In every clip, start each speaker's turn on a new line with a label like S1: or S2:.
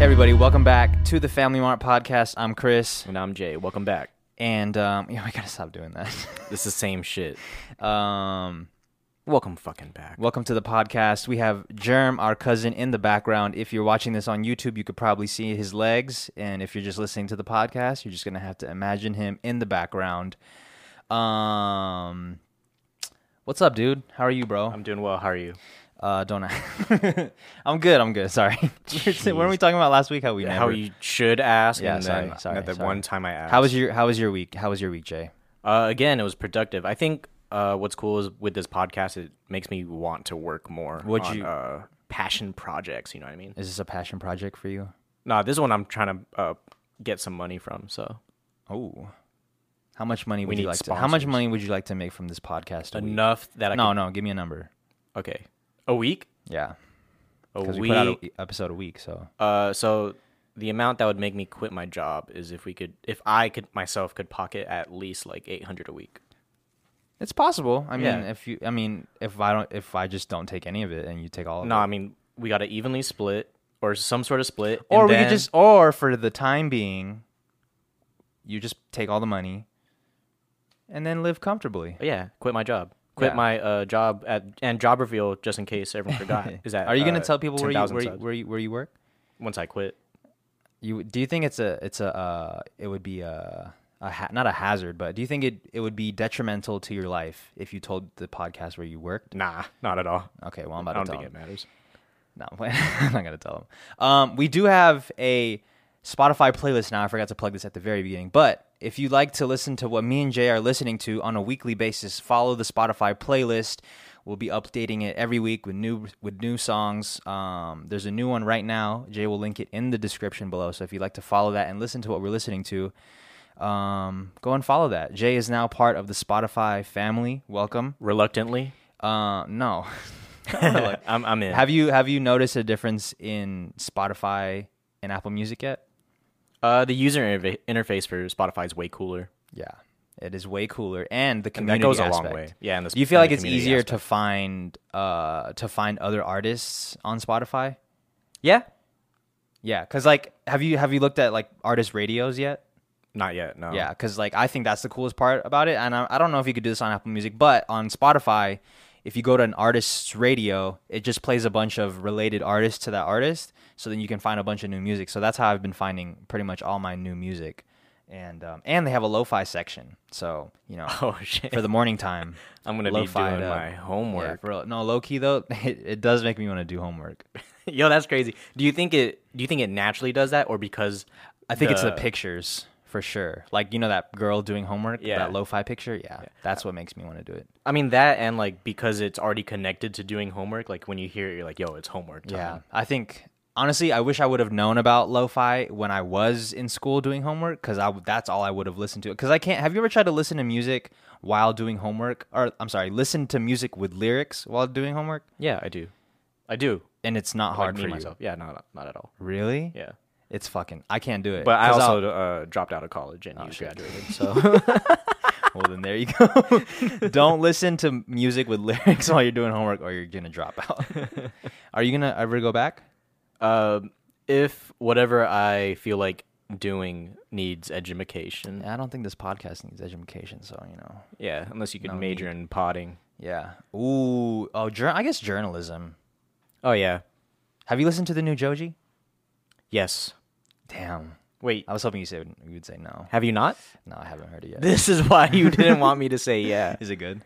S1: everybody. Welcome back to the Family Mart podcast. I'm Chris,
S2: And I'm Jay. Welcome back.
S1: and um, yeah, we gotta stop doing that.
S2: This is the same shit.
S1: um,
S2: Welcome fucking back.
S1: welcome to the podcast. We have Germ, our cousin, in the background. If you're watching this on YouTube, you could probably see his legs, and if you're just listening to the podcast, you're just gonna have to imagine him in the background. Um, what's up, dude? How are you, bro?
S2: I'm doing well. How are you?
S1: Uh, don't I? I'm good. I'm good. Sorry. We were- Weren't we talking about last week how we never?
S2: How you should ask.
S1: Yeah,
S2: and
S1: sorry,
S2: then
S1: sorry,
S2: at the
S1: sorry.
S2: one time I asked.
S1: How was your How was your week? How was your week, Jay?
S2: Uh, again, it was productive. I think uh, what's cool is with this podcast, it makes me want to work more
S1: What'd
S2: on
S1: you-
S2: uh, passion projects. You know what I mean?
S1: Is this a passion project for you?
S2: Nah, this one I'm trying to uh, get some money from. So
S1: Oh, how much money
S2: We
S1: would you
S2: need
S1: like to? How much
S2: sponsors.
S1: money would you like to make from this podcast? A week?
S2: enough that I
S1: No, no, give me a number.
S2: could, okay a week
S1: Yeah,
S2: a
S1: because
S2: week.
S1: we put out an episode a week, so
S2: Uh, so the amount that would make me quit my job is if we could, if I could myself could pocket at least like eight hundred a week.
S1: it's possible. I mean,
S2: Yeah.
S1: if you, I mean, if I don't, if I just don't take any of it and you take all of
S2: No,
S1: it,
S2: I mean we got to evenly split or some sort of split,
S1: or
S2: and
S1: we
S2: then-
S1: could just, or for the time being, you just take all the money and then live comfortably.
S2: yeah quit my job, quit
S1: Yeah.
S2: my uh job at and job reveal just in case everyone forgot. Is that
S1: Are you gonna
S2: uh,
S1: tell people where you
S2: 10,000
S1: where you,
S2: subs.
S1: where you where you work?
S2: once I quit?
S1: You do you think it's a it's a uh, it would be a, a ha- not a hazard, but do you think it it would be detrimental to your life if you told the podcast where you worked?
S2: Nah, not at all.
S1: Okay, well I'm
S2: I
S1: about
S2: don't
S1: to tell
S2: think it
S1: them.
S2: matters.
S1: No, I'm playing- I'm not gonna tell them. Um, we do have a Spotify playlist now. I forgot to plug this at the very beginning, but if you like to listen to what me and Jay are listening to on a weekly basis, follow the Spotify playlist. We'll be updating it every week with new with new songs. Um, there's a new one right now. Jay will link it in the description below. So if you'd like to follow that and listen to what we're listening to, um, go and follow that. Jay is now part of the Spotify family. Welcome.
S2: Reluctantly,
S1: Uh, no.
S2: I'm I'm in.
S1: Have you have you noticed a difference in Spotify and Apple Music yet?
S2: uh, the user interva- interface for Spotify is way cooler.
S1: Yeah, it is way cooler, and the
S2: And
S1: community
S2: that goes a long
S1: aspect.
S2: way. Yeah, and the,
S1: Do you feel
S2: and
S1: like
S2: the
S1: it's
S2: community
S1: easier
S2: aspect.
S1: to find uh to find other artists on Spotify?
S2: Yeah,
S1: Yeah, cause like have you have you looked at like artist radios yet?
S2: not yet. No.
S1: Yeah, because like I think that's the coolest part about it, and I, I don't know if you could do this on Apple Music, but on Spotify, if you go to an artist's radio, it just plays a bunch of related artists to that artist, so then you can find a bunch of new music. So that's how I've been finding pretty much all my new music, and um, and they have a lo-fi section, so you know
S2: Oh shit.
S1: for the morning time.
S2: I'm gonna be
S1: lo-fi it
S2: doing
S1: up.
S2: my
S1: Yeah,
S2: homework.
S1: for real. No, low key though, it, it does make me want to do homework.
S2: Yo, that's crazy. Do you think it? Do you think it naturally does that, or because
S1: I think it's the pictures for sure. Like you know that girl doing homework,
S2: Yeah.
S1: that lo-fi picture. Yeah, that's what makes me want to do it.
S2: I mean that, and like because it's already connected to doing homework. Like when you hear it, you're like, "Yo, it's homework." Time.
S1: Yeah, I think honestly, I wish I would have known about lo-fi when I was in school doing homework because I w- that's all I would have listened to. Because I can't. Have you ever tried to listen to music while doing homework? Or I'm sorry, listen to music with lyrics while doing homework,
S2: yeah, I do, I do.
S1: and it's not
S2: Hard
S1: hard
S2: me
S1: for
S2: myself. Yeah, not not at all.
S1: you. Really?
S2: Yeah,
S1: It's fucking. I can't do it.
S2: but I
S1: 'Cause I'll- Oh,
S2: also uh, dropped out of college and you graduated. So
S1: well then there you go. Don't listen to music with lyrics while you're doing homework, or you're gonna drop out. Are you gonna ever go back?
S2: um, if whatever I feel like doing needs education, yeah,
S1: I don't think this podcast needs education, so you know.
S2: unless you could major in potting.
S1: Yeah. Ooh. Oh, jour- I guess journalism.
S2: Oh yeah,
S1: Have you listened to the new Joji?
S2: yes.
S1: Damn.
S2: Wait,
S1: I was hoping you said you would say no.
S2: have you not?
S1: No, I haven't heard it yet.
S2: This is why you didn't want me to say yeah.
S1: Is it good?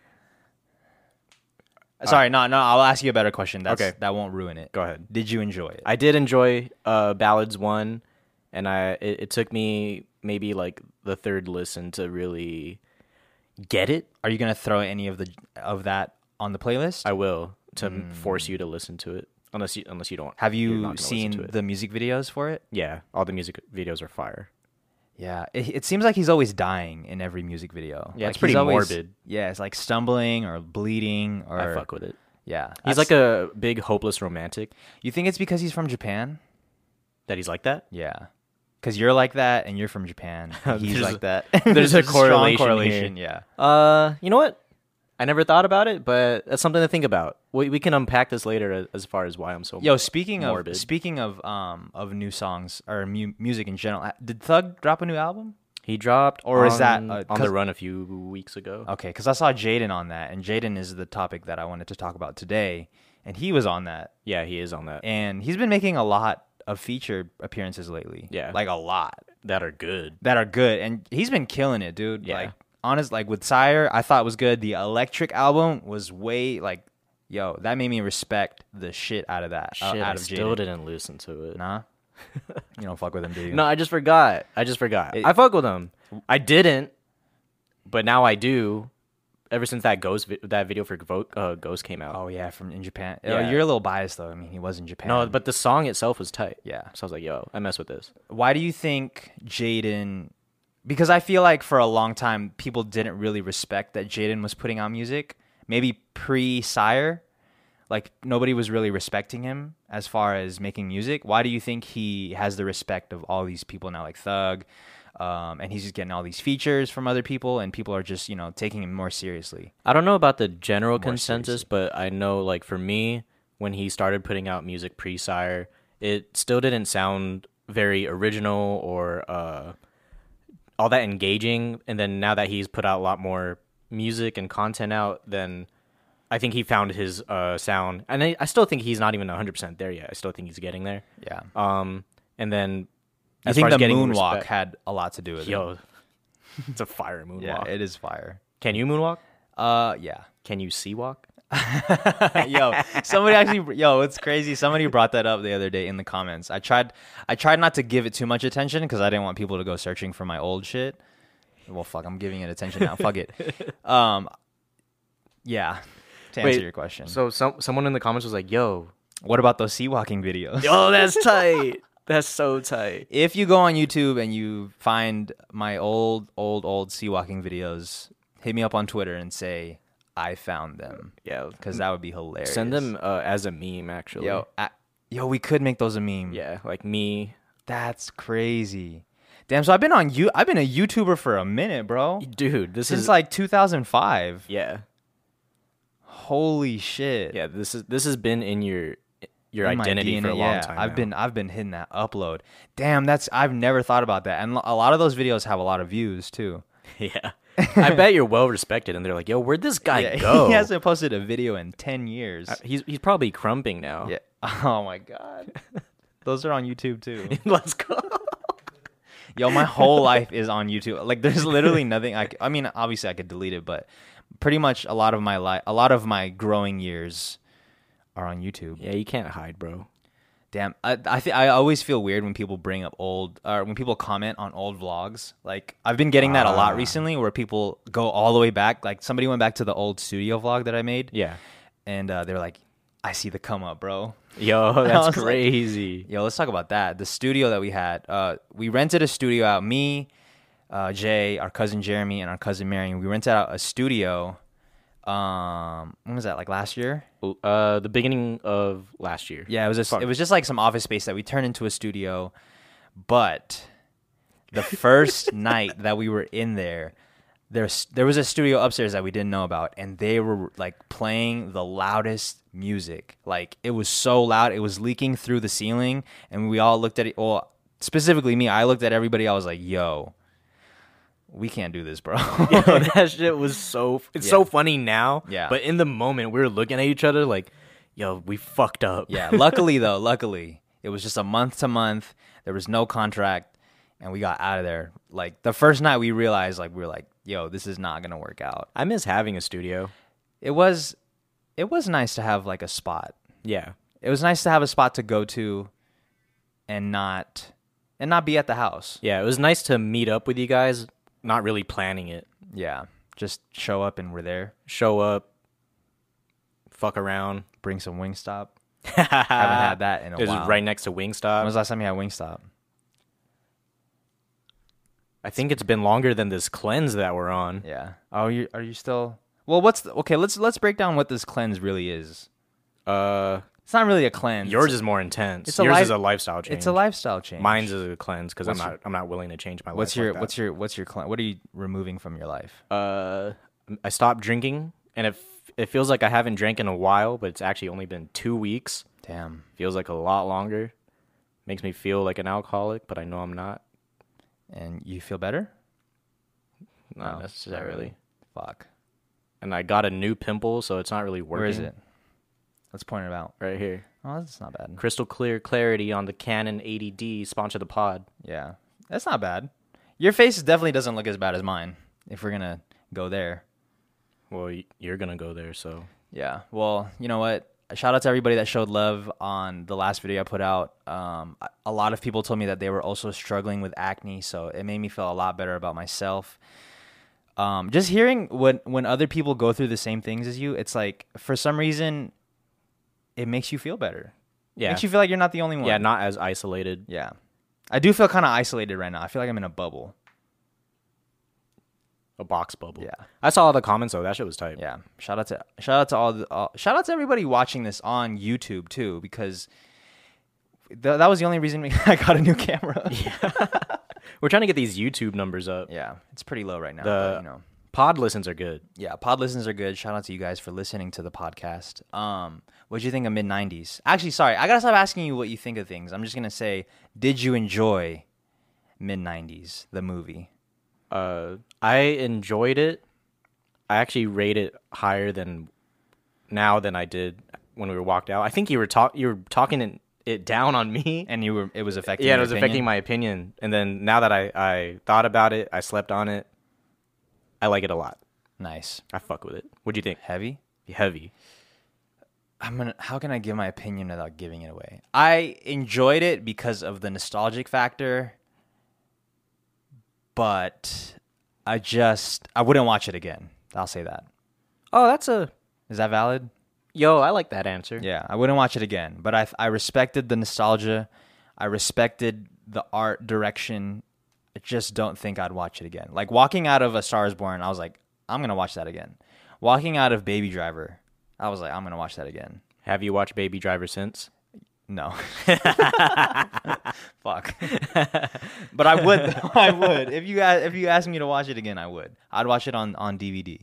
S1: Uh, Sorry, no, no. I'll ask you a better question. That's,
S2: Okay.
S1: That won't ruin it.
S2: Go ahead.
S1: Did you enjoy it?
S2: I did enjoy uh, Ballads One, and I it, it took me maybe like the third listen to really get it.
S1: Are you gonna throw any of the of that on the playlist?
S2: I will to m- force you to listen to it, unless you unless you don't.
S1: Hmm. Have
S2: you're not
S1: you
S2: gonna listen to
S1: seen
S2: it.
S1: the music videos for it?
S2: Yeah, all the music videos are fire.
S1: Yeah, it, it seems like he's always dying in every music video.
S2: Yeah,
S1: like
S2: it's pretty
S1: he's always-
S2: morbid.
S1: Yeah, it's like stumbling or bleeding or
S2: I fuck with it.
S1: yeah.
S2: He's like a big hopeless romantic.
S1: You think it's because he's from Japan?
S2: That he's like that.
S1: Yeah. Cause you're like that, and you're from Japan. and He's
S2: There's
S1: like
S2: a-
S1: that.
S2: there's a
S1: strong
S2: correlation here.
S1: correlation, yeah.
S2: Uh, you know what? I never thought about it, but that's something to think about. We, we can unpack this later as, as far as why I'm so
S1: Yo, speaking
S2: Morbid.
S1: of speaking of um of new songs or mu- music in general, ha- did Thug drop a new album?
S2: He dropped,
S1: Or is that,
S2: on-
S1: uh, Oh.
S2: on
S1: 'cause-
S2: the run a few weeks ago?
S1: Okay, because I saw Jaden on that, and Jaden is the topic that I wanted to talk about today, and he was on that,
S2: yeah, he is on that.
S1: and he's been making a lot of feature appearances lately.
S2: Yeah.
S1: like a lot
S2: that are good.
S1: that are good, and he's been killing it, dude.
S2: Yeah.
S1: Like honest, like with Sire, I thought was good. The Electric album was way like, yo, that made me respect the shit out of that. uh,
S2: Shit,
S1: out
S2: I
S1: of
S2: still
S1: Jaden.
S2: didn't listen to it.
S1: Nah, you don't fuck with him, do you?
S2: No, I just forgot. I just forgot. I fuck with him. I didn't, but now I do. Ever since that ghost, vi- that video for Gvo- uh, Ghost came out.
S1: Oh yeah, from in Japan.
S2: Yeah.
S1: Oh, you're a little biased though. I mean, he was in Japan.
S2: No, but the song itself was tight.
S1: Yeah.
S2: So I was like, yo, I mess with this.
S1: why do you think Jaden? Because I feel like for a long time people didn't really respect that Jaden was putting out music. Maybe pre Sire, like nobody was really respecting him as far as making music. Why do you think he has the respect of all these people now, like Thug, um, and he's just getting all these features from other people, and people are just you know taking him more seriously.
S2: I don't know about the general consensus, but I know, like, for me, when he started putting out music pre Sire, it still didn't sound very original or uh, all that engaging. And then now that he's put out a lot more music and content out, then I think he found his uh, sound. And I, I still think he's not even 100% there yet. I still think he's getting there.
S1: Yeah,
S2: Um, and then
S1: I
S2: as
S1: think
S2: far
S1: the
S2: as getting
S1: moonwalk
S2: respect-
S1: had a lot to do with it.
S2: Yo, it's a fire moonwalk.
S1: Yeah, it is fire.
S2: Can you moonwalk?
S1: Uh, yeah.
S2: Can you sea walk?
S1: yo, somebody actually, yo, it's crazy. Somebody brought that up the other day in the comments. I tried, I tried not to give it too much attention because I didn't want people to go searching for my old shit. Well, fuck, I'm giving it attention now. fuck it. Um, yeah. To answer
S2: Wait,
S1: your question,
S2: So some someone in the comments was like, "Yo,
S1: what about those sea walking videos?
S2: oh, that's tight. that's so tight."
S1: If you go on YouTube and you find my old, old, old sea walking videos, hit me up on Twitter and say I found them
S2: Yeah,
S1: because that would be hilarious.
S2: send them uh, as a meme. Actually,
S1: yo, I, yo, we could make those a meme.
S2: yeah, like me,
S1: That's crazy. Damn, so I've been on you I've been a YouTuber for a minute, bro.
S2: dude. This
S1: Since
S2: is
S1: like 2005.
S2: yeah,
S1: Holy shit.
S2: yeah. This is this has been in your your
S1: In my
S2: identity for
S1: DNA,
S2: a long
S1: yeah.
S2: time.
S1: I've
S2: now.
S1: been I've been hitting that upload. Damn, that's I've never thought about that. And lo- a lot of those videos have a lot of views too.
S2: yeah. I bet you're well respected, and they're like, "Yo, where'd this guy go?"
S1: he hasn't posted a video in 10 years.
S2: he's he's probably crumping now.
S1: yeah. Oh my god. Those are on YouTube too.
S2: Let's go.
S1: Yo, my whole life is on YouTube. Like, there's literally nothing. I, c- I mean, obviously, I could delete it, but pretty much a lot of my life, a lot of my growing years are on YouTube.
S2: Yeah, you can't hide, bro.
S1: Damn, I I, th- I always feel weird when people bring up old, or when people comment on old vlogs. Like, I've been getting that a
S2: Ah.
S1: lot recently, where people go all the way back. Like, somebody went back to the old studio vlog that I made,
S2: Yeah.
S1: and uh, they're like, "I see the come up, bro."
S2: Yo,
S1: was
S2: that's
S1: like-
S2: crazy.
S1: Yo, let's talk about that. The studio that we had, uh, we rented a studio out. Me, uh, Jay, our cousin Jeremy, and our cousin Marion. We rented out a studio. Um, when was that? Like last year?
S2: uh, the beginning of last year.
S1: Yeah, it was. Just, it was just like some office space that we turned into a studio. But the first night that we were in there, there's there was a studio upstairs that we didn't know about, and they were like playing the loudest music. Like it was so loud, it was leaking through the ceiling, and we all looked at it. Well, specifically me, I looked at everybody. I was like, "Yo, we can't do this, bro."
S2: Yo, Oh, that shit was so. f- It's so funny now.
S1: Yeah.
S2: But in the moment, we were looking at each other like, "Yo, we fucked up."
S1: Yeah. Luckily though, luckily it was just a month to month. There was no contract, and we got out of there. Like the first night, we realized like we were like, "Yo, this is not gonna work out."
S2: I miss having a studio.
S1: It was, it was nice to have like a spot.
S2: Yeah.
S1: It was nice to have a spot to go to, and not, and not be at the house.
S2: Yeah. It was nice to meet up with you guys. Not really planning it.
S1: Yeah. Just show up and we're there.
S2: Show up. Fuck around.
S1: Bring some Wingstop.
S2: Haven't
S1: Haven't had that in a
S2: It was
S1: while.
S2: right next to Wingstop.
S1: When was the last time you had Wingstop?
S2: I think it's been longer than this cleanse that we're on.
S1: Yeah. Oh, you are you still? Well, what's the, okay? Let's let's break down what this cleanse really is.
S2: Uh,
S1: It's not really a cleanse.
S2: yours is more intense.
S1: it's a
S2: yours
S1: li-
S2: is a lifestyle change.
S1: It's a lifestyle change.
S2: Mine's is a cleanse because I'm
S1: What's
S2: not.
S1: your-
S2: I'm not willing to change my
S1: What's
S2: life.
S1: your what's your what's your cli- what are you removing from your life?
S2: your? Uh, I stopped drinking and it f- it feels like I haven't drank in a while, but it's actually only been two weeks.
S1: Damn.
S2: Feels like a lot longer. Makes me feel like an alcoholic, but I know I'm not.
S1: And you feel better?
S2: Not necessarily.
S1: Fuck.
S2: And I got a new pimple, so it's not really working.
S1: Where is it? Let's point it out.
S2: Right here.
S1: Oh, that's not bad.
S2: Crystal clear clarity on the Canon 80D. Sponsor the pod.
S1: Yeah, that's not bad. Your face definitely doesn't look as bad as mine. If we're gonna go there,
S2: Well, y- you're gonna go there, so
S1: yeah. Well, you know what? Shout out to everybody that showed love on the last video I put out. Um, a- a lot of people told me that they were also struggling with acne, so it made me feel a lot better about myself. Um, just hearing when when other people go through the same things as you, it's like for some reason, it makes you feel better.
S2: yeah,
S1: makes you feel like you're not the only one.
S2: yeah, not as isolated.
S1: Yeah. I do feel kind of isolated right now. I feel like I'm in a bubble.
S2: A box bubble.
S1: Yeah.
S2: I saw all the comments though. That shit was tight.
S1: Yeah. Shout out to shout out to all the all, shout out to everybody watching this on YouTube too because th- that was the only reason we, I got a new camera. Yeah.
S2: We're trying to get these YouTube numbers up.
S1: It's pretty low right now,
S2: The-
S1: but, you know.
S2: Pod listens are good.
S1: Yeah, pod listens are good. Shout out to you guys for listening to the podcast. Um, what'd you think of mid '90s? Actually, sorry, I gotta stop asking you what you think of things. I'm just gonna say, did you enjoy mid '90s the movie?
S2: Uh, I enjoyed it. I actually rate it higher than now than I did when we were walked out. I think you were talk you were talking it, it down on me.
S1: And you were it was affecting.
S2: yeah, it
S1: your
S2: was
S1: opinion?
S2: affecting my opinion. And then now that I I thought about it, I slept on it. I like it a lot.
S1: Nice,
S2: I fuck with it. What do you think?
S1: heavy.
S2: Heavy.
S1: I'm gonna. How can I give my opinion without giving it away? I enjoyed it because of the nostalgic factor, but I just I wouldn't watch it again. I'll say that.
S2: Oh, that's a
S1: Is that valid?
S2: yo. I like that answer.
S1: Yeah, I wouldn't watch it again. But I I respected the nostalgia. I respected the art direction. I just don't think I'd watch it again. Like walking out of A Star Is Born, I was like, I'm gonna watch that again. Walking out of Baby Driver, I was like, I'm gonna watch that again.
S2: Have you watched Baby Driver since?
S1: No. Fuck. but I would. though. I would. If you a- if you asked me to watch it again, I would. I'd watch it on on DVD.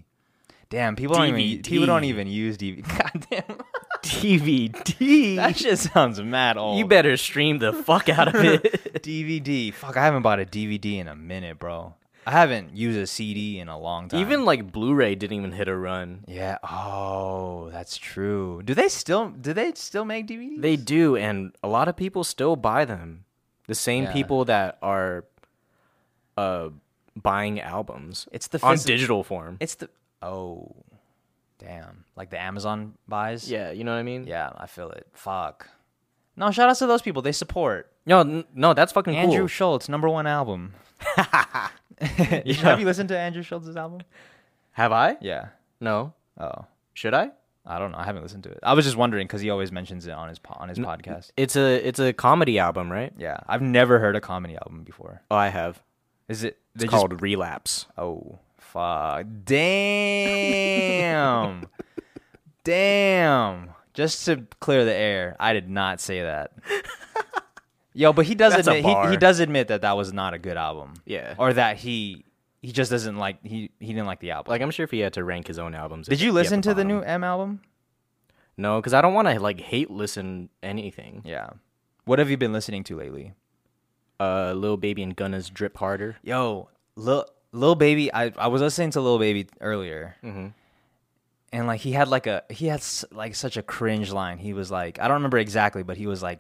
S1: Damn, people don't even
S2: DVD.
S1: people don't even use DVD. God damn.
S2: DVD.
S1: That shit sounds mad old.
S2: you better stream the fuck out of it.
S1: DVD. Fuck, I haven't bought a DVD in a minute, bro. I haven't used a CD in a long time.
S2: even like Blu-ray didn't even hit a run.
S1: Yeah. Oh, that's true. Do they still do they still make DVDs?
S2: They do, and a lot of people still buy them. The same
S1: Yeah.
S2: people that are uh buying albums.
S1: It's the
S2: on
S1: physi-
S2: digital form.
S1: It's the oh, damn! Like the Amazon buys.
S2: yeah, you know what I mean?
S1: yeah, I feel it. Fuck. No, shout outs to those people. They support
S2: No, n- no, that's fucking
S1: Andrew
S2: cool.
S1: Schultz, number one album. Have you listened to Andrew Schultz's album?
S2: Have I?
S1: Yeah.
S2: No.
S1: Oh,
S2: Should I?
S1: I don't know. I haven't listened to it. I was just wondering because he always mentions it on his po- on his podcast.
S2: It's a it's a comedy album, right?
S1: Yeah, I've never heard a comedy album before.
S2: Oh, I have.
S1: Is it?
S2: It's
S1: They just
S2: called Relapse.
S1: Oh, fuck. Damn. Damn. Just to clear the air, I did not say that. Yo, but he does
S2: That's a
S1: admit he,
S2: bar.
S1: he does admit that that was not a good album.
S2: Yeah.
S1: Or that he he just doesn't like he he didn't like the album.
S2: Like I'm sure if he had to rank his own albums.
S1: did
S2: it'd
S1: you
S2: be at
S1: listen to the
S2: bottom.
S1: new M album?
S2: No, because I don't want to like hate listen anything.
S1: Yeah. What have you been listening to lately?
S2: Uh, Lil Baby and Gunna's Drip Harder.
S1: Yo, Lil Lil Baby, I I was listening to Lil Baby earlier,
S2: Mm-hmm.
S1: and like he had like a he had s- like such a cringe line. He was like, I don't remember exactly, but he was like,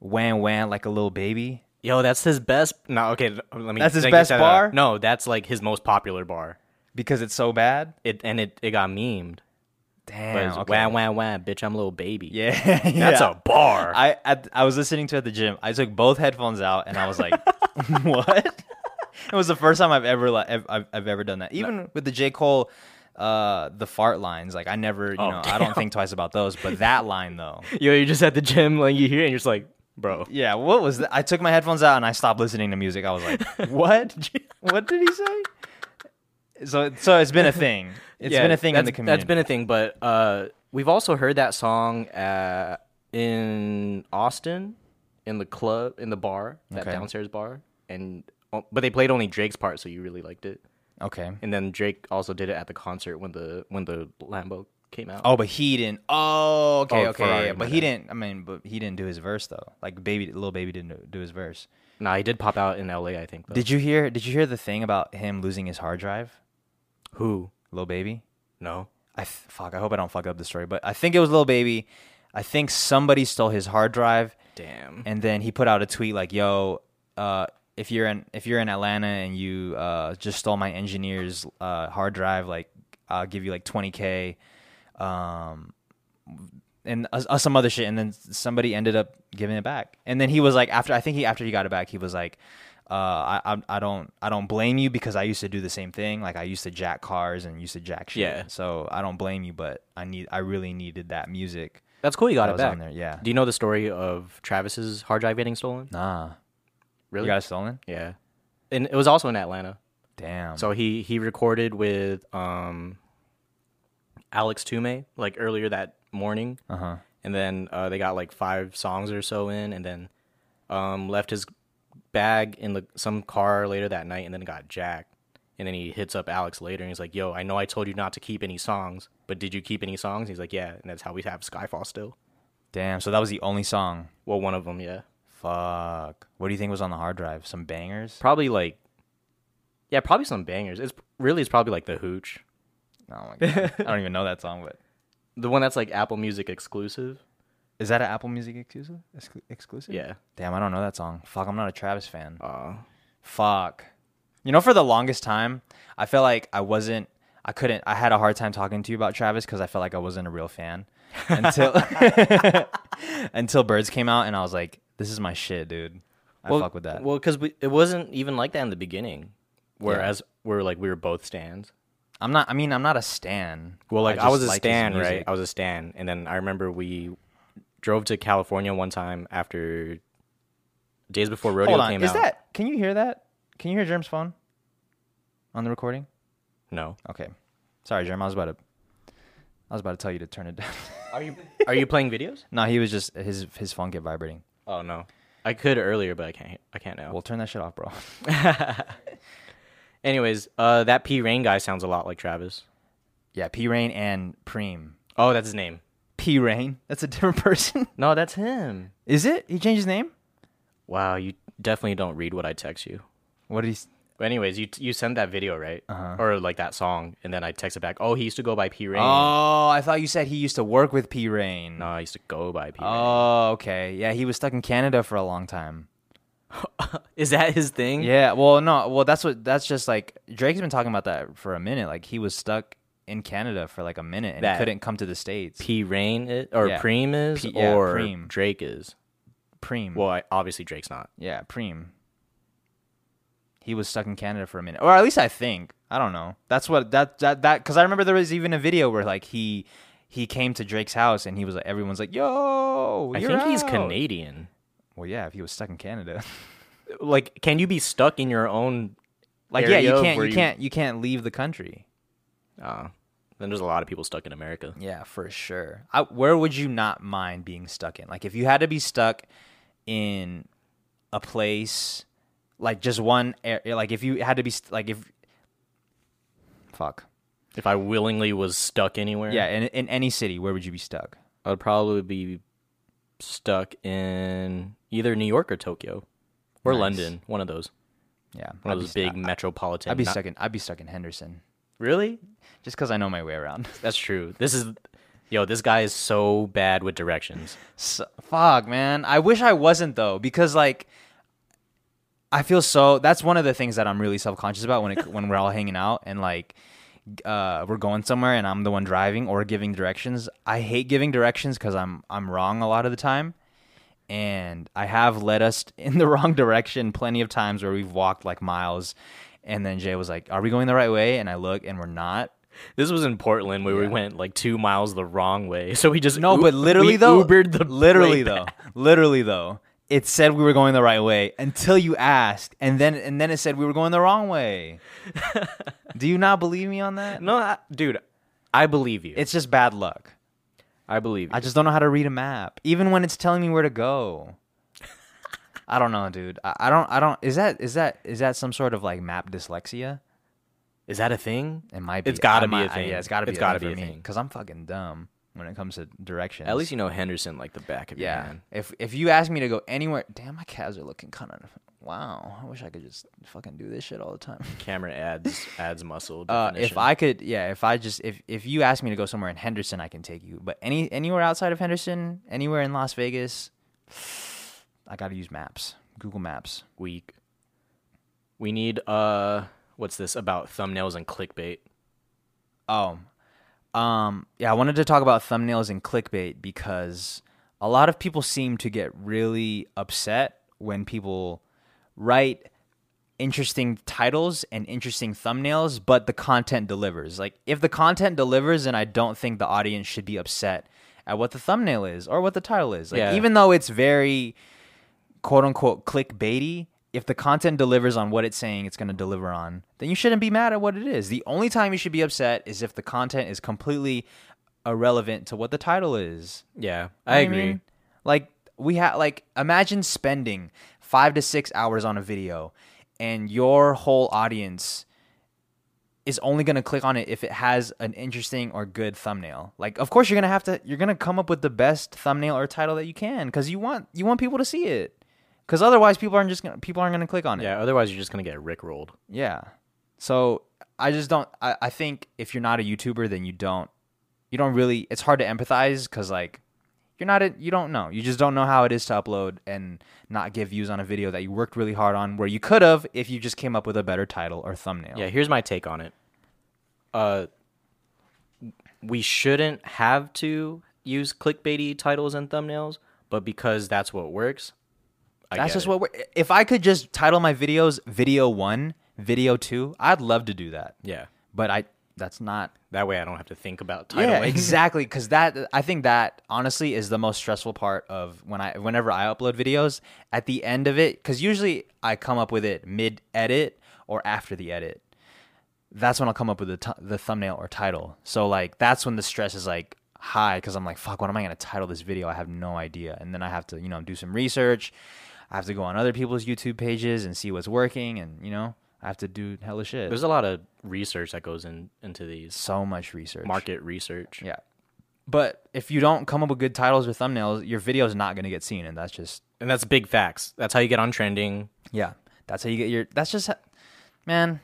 S1: "Wham wham," like a little baby.
S2: Yo, that's his best. No, okay, l- let me.
S1: That's his
S2: let me
S1: best
S2: say that.
S1: bar?
S2: No, that's like his most popular bar.
S1: Because it's so bad.
S2: It and it, it got memed. But
S1: Damn.
S2: it's
S1: okay.
S2: wah wah wah, bitch, I'm little baby.
S1: Yeah,
S2: that's
S1: yeah.
S2: a bar.
S1: I at, I was listening to it at the gym. I took both headphones out and I was like, "What?" It was the first time I've ever like I've, I've, I've ever done that. Even with the J Cole, uh, the fart lines. Like I never, you
S2: Oh,
S1: know, I don't think twice about those. But that line though,
S2: Yo, you're just at the gym, like you hear, it and you're just like, bro.
S1: yeah. What was that? I took my headphones out and I stopped listening to music. I was like, "What? what did he say?" So so it's been a thing. It's been a thing in
S2: that's-
S1: the community.
S2: That's been a thing, but uh, we've also heard that song uh, in Austin, in the club, in the bar, that
S1: Okay.
S2: downstairs bar, and oh, but they played only Drake's part, so you really liked it.
S1: Okay.
S2: and then Drake also did it at the concert when the when the Lambo came out.
S1: Oh, but he didn't. Oh, okay,
S2: Oh,
S1: okay, yeah,
S2: Ferrari,
S1: yeah.
S2: my
S1: But he
S2: bad.
S1: didn't. I mean, but he didn't do his verse though. Like baby, little baby didn't do his verse.
S2: Nah, he did pop out in L.A. I think. Though.
S1: Did you hear? Did you hear the thing about him losing his hard drive?
S2: who?
S1: Little baby.
S2: No.
S1: I th- fuck. I hope I don't fuck up the story, but I think it was little baby. I think somebody stole his hard drive,
S2: Damn.
S1: and then he put out a tweet like, "Yo, uh, if you're in if you're in Atlanta and you uh, just stole my engineer's uh, hard drive, like I'll give you like 20k." Um, and uh, uh, some other shit, and then somebody ended up giving it back. And then he was like, after I think he after he got it back, he was like, uh, I, I I don't I don't blame you because I used to do the same thing. Like I used to jack cars and used to jack shit.
S2: Yeah.
S1: So I don't blame you, but I need I really needed that music.
S2: That's cool. You got
S1: that
S2: it
S1: was
S2: back.
S1: on there, yeah.
S2: Do you know the story of Travis's hard drive getting stolen?
S1: Nah,
S2: Really?
S1: you got it stolen?
S2: yeah. And it was also in Atlanta.
S1: Damn.
S2: So he he recorded with um Alex Toomey like earlier that morning,
S1: uh huh.
S2: and then uh, they got like five songs or so in, and then um left his bag in the some car later that night, and then got jacked. And then he hits up Alex later, and he's like, "Yo, I know I told you not to keep any songs, but did you keep any songs?" He's like, "Yeah," and that's how we have Skyfall still.
S1: Damn. So that was the only song.
S2: Well, one of them, yeah.
S1: Fuck. What do you think was on the hard drive? Some bangers?
S2: probably like yeah probably some bangers it's really it's probably like the hooch
S1: Oh my god. I don't even know that song, but
S2: the one that's like apple music exclusive
S1: is that an Apple Music exclusive? Exclu- exclusive?
S2: yeah
S1: Damn, I don't know that song. Fuck, I'm not a Travis fan.
S2: uh
S1: Fuck. You know, for the longest time, I felt like I wasn't, I couldn't, I had a hard time talking to you about Travis because I felt like I wasn't a real fan until until Birds came out, and I was like, this is my shit, dude. I fuck with that.
S2: well because it wasn't even like that in the beginning whereas we're like we were both stands
S1: I'm not. I mean, I'm not a stan.
S2: well like i,
S1: just
S2: was a
S1: like his
S2: stan right
S1: music.
S2: i was a stan and then i remember we drove to california one time after days before rodeo
S1: Hold on.
S2: came
S1: Is
S2: out
S1: that? Can you hear that? Can you hear Germ's phone on the recording?
S2: no
S1: Okay. Sorry, Germ. I was about to. I was about to tell you to turn it down.
S2: are you are you playing videos
S1: no, he was just his his phone kept vibrating.
S2: oh no i could earlier but i can't i can't now
S1: Well, turn that shit off, bro.
S2: anyways uh that p rain guy sounds a lot like travis
S1: Yeah, P Rain and Preem.
S2: Oh, that's his name.
S1: P Rain. That's a different person.
S2: No, that's him.
S1: Is it? He changed his name?
S2: Wow, you definitely don't read what I text you.
S1: What did he? s-
S2: But anyways, you you send that video right, uh-huh. or like that song, and then I text it back. Oh, he used to go by P Rain.
S1: Oh, I thought you said he used to work with P Rain.
S2: No, I used to go by P Rain.
S1: Oh, okay. Yeah, he was stuck in Canada for a long time.
S2: Is that his thing?
S1: Yeah. Well, no. Well, that's what. That's just like Drake's been talking about that for a minute. Like he was stuck in Canada for like a minute and he
S2: That-
S1: couldn't come to the states.
S2: P Rain is, or
S1: Yeah.
S2: Preem is,
S1: P- yeah,
S2: or
S1: Preem.
S2: Drake is.
S1: Preem.
S2: Well, I, obviously Drake's not.
S1: yeah, Preem. He was stuck in Canada for a minute, or at least I think. I don't know. That's what that that that because I remember there was even a video where like he he came to Drake's house and he was like everyone's like yo.
S2: I
S1: you're
S2: think he's
S1: out."
S2: Canadian.
S1: Well, yeah, if he was stuck in Canada,
S2: Like, can you be stuck in your own?
S1: like yeah, you
S2: area
S1: can't
S2: where
S1: you, can't you can't leave the country.
S2: Uh, then there's a lot of people stuck in America.
S1: Yeah, for sure. I, where would you not mind being stuck in? Like, if you had to be stuck in a place, like just one area, like if you had to be st- like if fuck
S2: If I willingly was stuck anywhere,
S1: yeah, in in any city, where would you be stuck?
S2: I'd probably be stuck in either New York or Tokyo or
S1: Nice.
S2: London, one of those,
S1: Yeah, I'd
S2: one of
S1: be,
S2: those
S1: st-
S2: big metropolitan.
S1: I'd be
S2: not-
S1: stuck in I'd be stuck in Henderson
S2: Really?
S1: just because I know my way around.
S2: That's true. This is, yo, this guy is so bad with directions.
S1: So, fuck, man. I wish I wasn't though, because like I feel so. That's one of the things that I'm really self conscious about when it, when we're all hanging out and like uh, we're going somewhere and I'm the one driving or giving directions. I hate giving directions because I'm I'm wrong a lot of the time, and I have led us in the wrong direction plenty of times where we've walked like miles, and then Jay was like, "Are we going the right way?" And I look and we're not.
S2: This was in Portland where we went like two miles the wrong way, so we just
S1: No,
S2: u-
S1: but literally
S2: we
S1: though,
S2: Ubered the
S1: literally
S2: way
S1: though,
S2: back.
S1: literally though, it said we were going the right way until you asked, and then and then it said we were going the wrong way. Do you not believe me on that?
S2: No, I, dude, I believe you.
S1: It's just bad luck.
S2: I believe you.
S1: I just don't know how to read a map, even when it's telling me where to go. I don't know, dude. I, I don't. I don't. Is that is that is that some sort of like map dyslexia?
S2: Is that a thing?
S1: It might be.
S2: It's gotta
S1: I
S2: be a
S1: might-
S2: thing.
S1: Yeah, it's gotta be.
S2: It's
S1: a
S2: gotta
S1: thing
S2: be
S1: for
S2: a
S1: me
S2: thing.
S1: because I'm fucking dumb when it comes to directions.
S2: At least you know Henderson like the back of your
S1: yeah.
S2: hand.
S1: If if you ask me to go anywhere, damn, my calves are looking kind of. Wow, I wish I could just fucking do this shit all the time.
S2: Cameron adds adds muscle.
S1: Uh,
S2: Definition.
S1: if I could, yeah, if I just if if you ask me to go somewhere in Henderson, I can take you. But any anywhere outside of Henderson, anywhere in Las Vegas, I gotta use maps, Google Maps.
S2: week. We need uh what's this about thumbnails and clickbait.
S1: Oh, um, yeah, I wanted to talk about thumbnails and clickbait because a lot of people seem to get really upset when people write interesting titles and interesting thumbnails, but the content delivers. Like, if the content delivers, then I don't think the audience should be upset at what the thumbnail is or what the title is. Like,
S2: Yeah.
S1: even though it's very quote unquote clickbaity, if the content delivers on what it's saying it's going to deliver on, then you shouldn't be mad at what it is. The only time you should be upset is if the content is completely irrelevant to what the title is. You
S2: Yeah,
S1: know
S2: I
S1: what
S2: agree.
S1: mean? Like we have like imagine spending 5 to 6 hours on a video and your whole audience is only going to click on it if it has an interesting or good thumbnail. Like of course you're going to have to you're going to come up with the best thumbnail or title that you can cuz you want you want people to see it. Cuz otherwise people aren't just gonna, people aren't going to click on it.
S2: Yeah, otherwise you're just gonna get rickrolled.
S1: Yeah. So I just don't. I, I think if you're not a YouTuber, then you don't. You don't really. It's hard to empathize because like you're not. A, you don't know. You just don't know how it is to upload and not get views on a video that you worked really hard on, where you could have if you just came up with a better title or thumbnail.
S2: Yeah, here's my take on it. Uh, we shouldn't have to use clickbaity titles and thumbnails, but because that's what works. I
S1: That's
S2: get
S1: just
S2: it.
S1: what we're. If I could just title my videos "Video One," "Video Two," I'd love to do that.
S2: Yeah,
S1: But I. That's not
S2: that way I don't have to think about titling.
S1: Yeah, exactly. Because that I think that honestly is the most stressful part of when I whenever I upload videos at the end of it. Because usually I come up with it mid edit or after the edit. That's when I'll come up with the t- the thumbnail or title. So like that's when the stress is like high because I'm like fuck, what am I gonna title this video? I have no idea. And then I have to you know do some research. I have to go on other people's YouTube pages and see what's working, and you know I have to do hella shit.
S2: There's a lot of research that goes in into these
S1: so much research.
S2: market research.
S1: Yeah. But if you don't come up with good titles or thumbnails, your video is not going to get seen, and that's just
S2: And that's big facts. That's how you get on trending.
S1: yeah. That's how you get your. That's just, ho- man.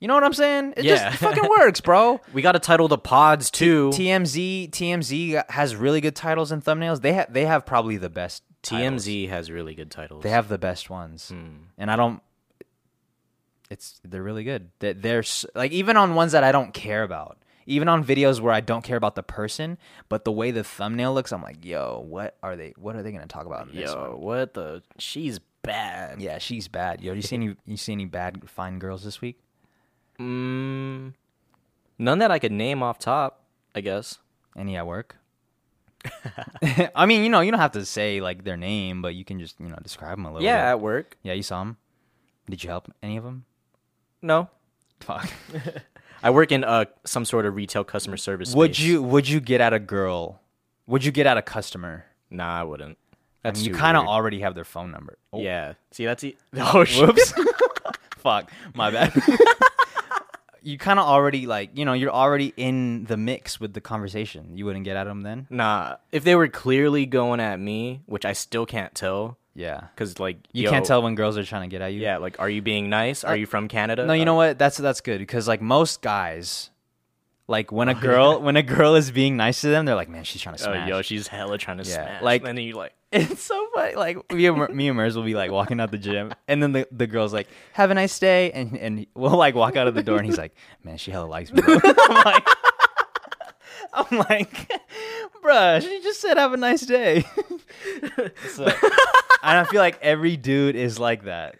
S1: You know what I'm saying? It
S2: Yeah.
S1: just fucking works, bro.
S2: We got to title the pods too.
S1: TMZ TMZ has really good titles and thumbnails. They have they have probably the best titles.
S2: TMZ has really good titles.
S1: They have the best ones, and I don't. It's they're really good. They- They're s- like even on ones that I don't care about, even on videos where I don't care about the person, but the way the thumbnail looks, I'm like, yo, what are they? What are they gonna talk about in this one?
S2: Yo, what the? She's bad.
S1: Yeah, she's bad. Yo, you see any you see any bad fine girls this week?
S2: Mm, none that I could name off top, I guess.
S1: Any at work? I mean, you know, you don't have to say like their name, but you can just you know describe them a little.
S2: Yeah,
S1: bit.
S2: at work.
S1: yeah. You saw them? Did you help any of them?
S2: No.
S1: Fuck.
S2: I work in uh, some sort of retail customer service.
S1: Would
S2: space.
S1: you would you get at a girl? Would you get at a customer?
S2: Nah, I wouldn't.
S1: I
S2: That's
S1: mean, you
S2: too
S1: kind of
S2: weird.
S1: already have their phone number. Oh,
S2: Yeah. See, that's e- oh shit.
S1: Whoops. Fuck. My bad. you kind of already like you know you're already in the mix with the conversation. You wouldn't get at them then.
S2: Nah, if they were clearly going at me, which I still can't tell,
S1: Yeah.
S2: because like
S1: You
S2: yo,
S1: can't tell when girls are trying to get at you.
S2: Yeah, like, are you being nice? Are you from Canada?
S1: No, you
S2: Uh,
S1: know what? That's that's good because like most guys, like when a girl when a girl is being nice to them, they're like, man, she's trying to
S2: Oh,
S1: smash.
S2: yo, she's hella trying to
S1: Yeah,
S2: smash.
S1: like-
S2: and then you like,
S1: it's so funny. Like me and, Mer- me and Mers will be like walking out the gym, and then the, the girl's like, "Have a nice day," and and we'll like walk out of the door, and he's like, "Man, she hella likes me." bro." I'm like, I'm like, bruh, she just said, "Have a nice day." so, and I feel like every dude is like that.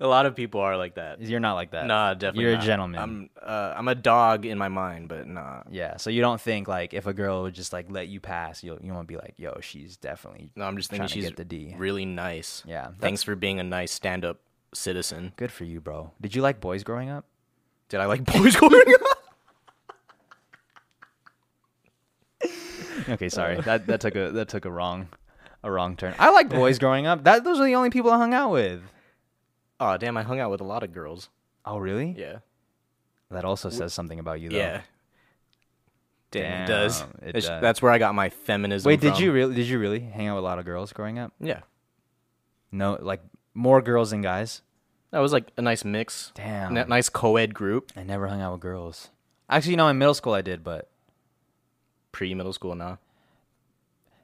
S2: a lot of people are like that.
S1: You're not like that.
S2: Nah, definitely.
S1: You're
S2: not.
S1: a gentleman.
S2: I'm uh, I'm a dog in my mind, but nah.
S1: Yeah, so you don't think like if a girl would just like let you pass, you'll you won't be like, yo, she's definitely
S2: No, I'm just thinking
S1: trying to
S2: she's
S1: get the D.
S2: really nice.
S1: Yeah, that's-
S2: Thanks for being a nice stand-up citizen.
S1: Good for you, bro. Did you like boys growing up?
S2: Did I like boys growing up?
S1: Okay, sorry that that took a that took a wrong a wrong turn. I liked boys growing up. That those are the only people I hung out with.
S2: Oh damn, I hung out with a lot of girls.
S1: Oh really?
S2: Yeah.
S1: That also says something about you, though.
S2: Yeah. Damn, it does.
S1: Damn, it
S2: It's-
S1: does.
S2: That's where I got my feminism.
S1: Wait, did
S2: from.
S1: you really? Did you really hang out with a lot of girls growing up?
S2: Yeah,
S1: No, like more girls than guys.
S2: that was like a nice mix.
S1: Damn.
S2: N- nice co-ed group.
S1: I never hung out with girls. Actually, you know, in middle school I did, but
S2: Pre middle school now.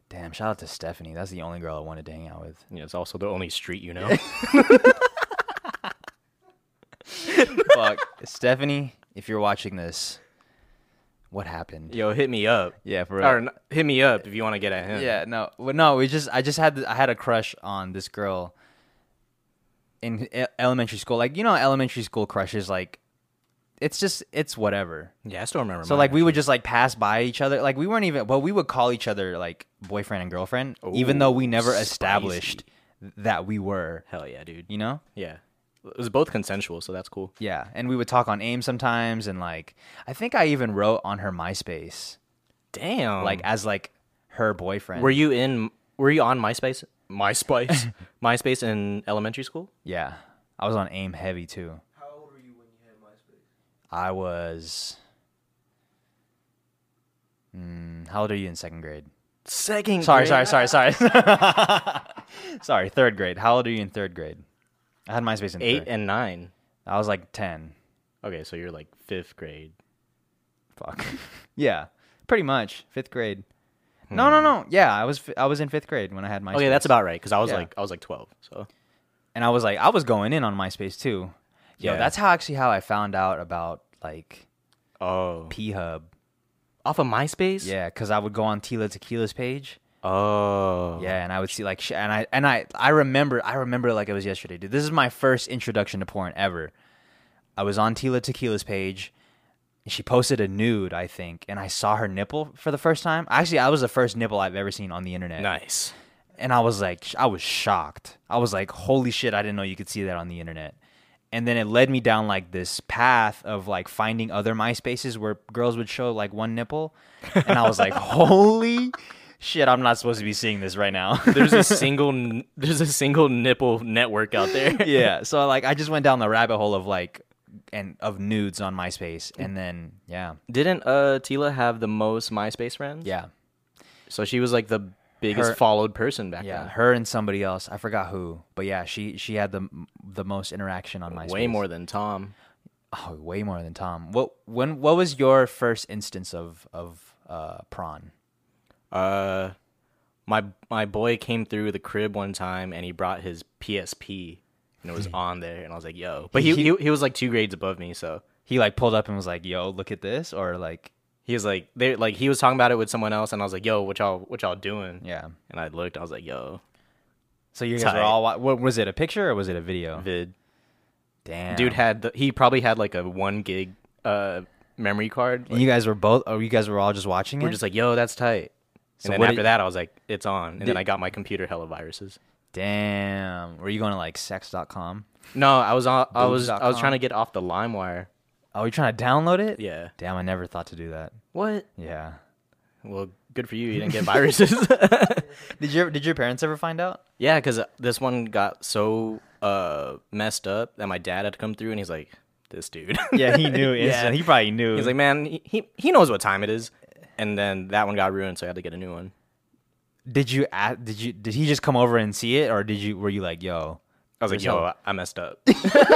S1: damn, shout out to Stephanie. That's the only girl I wanted to hang out with.
S2: Yeah, it's also the only street you know.
S1: Fuck, Stephanie, if you're watching this, what happened?
S2: Yo, hit me up.
S1: Yeah, for
S2: Or n- hit me up if you want to get at him.
S1: Yeah, no, well, no. We just, I just had, I had a crush on this girl in e- elementary school. Like, you know, elementary school crushes, like, it's just, it's whatever.
S2: Yeah, I still remember.
S1: So like we would just like pass by each other. Like we weren't even, but we would call each other like boyfriend and girlfriend, even
S2: Ooh,
S1: though we never established that we were.
S2: Hell yeah, dude.
S1: You know?
S2: Yeah. It was both consensual, so that's cool.
S1: Yeah, and we would talk on AIM sometimes, and like I think I even wrote on her MySpace,
S2: Damn.
S1: like as like her boyfriend.
S2: Um, were you in? Were you on MySpace? MySpace. MySpace in elementary school.
S1: yeah, I was on AIM heavy too. How old were you when you had MySpace? I was. Mm, how old are you in second grade?
S2: Second.
S1: Sorry, sorry, sorry, sorry. sorry, third grade. How old are you in third grade? I had MySpace in
S2: Eight
S1: Third.
S2: and nine.
S1: I was like ten.
S2: Okay, so you're like fifth grade.
S1: Fuck. yeah, pretty much fifth grade. No, no, no. Yeah, I was fi- I was in fifth grade when I had MySpace.
S2: Hmm. Okay, that's about right. Because I was
S1: Yeah.
S2: like I was like twelve. So
S1: And I was like, I was going in on MySpace too. Yo,
S2: Yeah.
S1: that's how actually how I found out about like
S2: oh,
S1: P Hub.
S2: off of MySpace.
S1: Yeah, because I would go on Tila Tequila's page.
S2: Oh.
S1: Yeah, and I would see like sh- and I and I I remember I remember it like it was yesterday, dude. This is my first introduction to porn ever. I was on Tila Tequila's page. and She posted a nude, I think, and I saw her nipple for the first time. Actually, I was the first nipple I've ever seen on the internet.
S2: Nice.
S1: And I was like, sh- I was shocked. I was like, holy shit, I didn't know you could see that on the internet. And then it led me down like this path of like finding other MySpaces where girls would show like one nipple. And I was like, holy shit, I'm not supposed to be seeing this right now.
S2: There's a single n- there's a single nipple network out there.
S1: yeah. So like I just went down the rabbit hole of like and of nudes on MySpace and then yeah.
S2: Didn't uh Tila have the most MySpace friends?
S1: Yeah.
S2: So she was like the biggest
S1: Her-
S2: followed person back
S1: Yeah, her and somebody else. I forgot who. But yeah, she she had the the most interaction on
S2: then.
S1: MySpace.
S2: Way more than Tom.
S1: Oh, way more than Tom. What when what was your first instance of of uh prawn?
S2: Uh my my boy came through the crib one time and he brought his PSP and it was on there and I was like, "Yo." But he
S1: Hmm. He-
S2: he, he was like 2 grades above me, so
S1: He like pulled up and was like, "Yo, look at this," or like,
S2: he was like they like he was talking about it with someone else and I was like, "Yo, what y'all what y'all doing?"
S1: yeah.
S2: And I looked, I was like, "Yo,
S1: So you guys
S2: Tight.
S1: were all wa- what was it? A picture or was it a video?
S2: vid
S1: Damn,
S2: dude had the, he probably had like a 1 gig uh memory card.
S1: And you guys were both. Oh, you guys were all just watching it.
S2: We're just like, yo, that's tight.
S1: So
S2: And then
S1: what
S2: after
S1: did-
S2: that, I was like, it's on. And then
S1: Did-
S2: I got my computer hella viruses.
S1: Damn. Were you going to like sex.com?
S2: No, I was on. I was. I was
S1: Boobs.com.
S2: trying to get off the LimeWire.
S1: Oh, you trying to download it?
S2: Yeah.
S1: Damn, I never thought to do that.
S2: What?
S1: Yeah.
S2: Well, good for you. You didn't get viruses.
S1: Did your did your parents ever find out?
S2: yeah, because this one got so uh messed up that my dad had to come through, and he's like, this dude.
S1: Yeah, he knew. yeah. He probably knew.
S2: he's like, man, he, he he knows what time it is. And then that one got ruined, so I had to get a new one.
S1: did you a- did you did he just come over and see it or did you were you like, "Yo,
S2: I was like,
S1: There's
S2: yo,
S1: no-
S2: I- I messed up.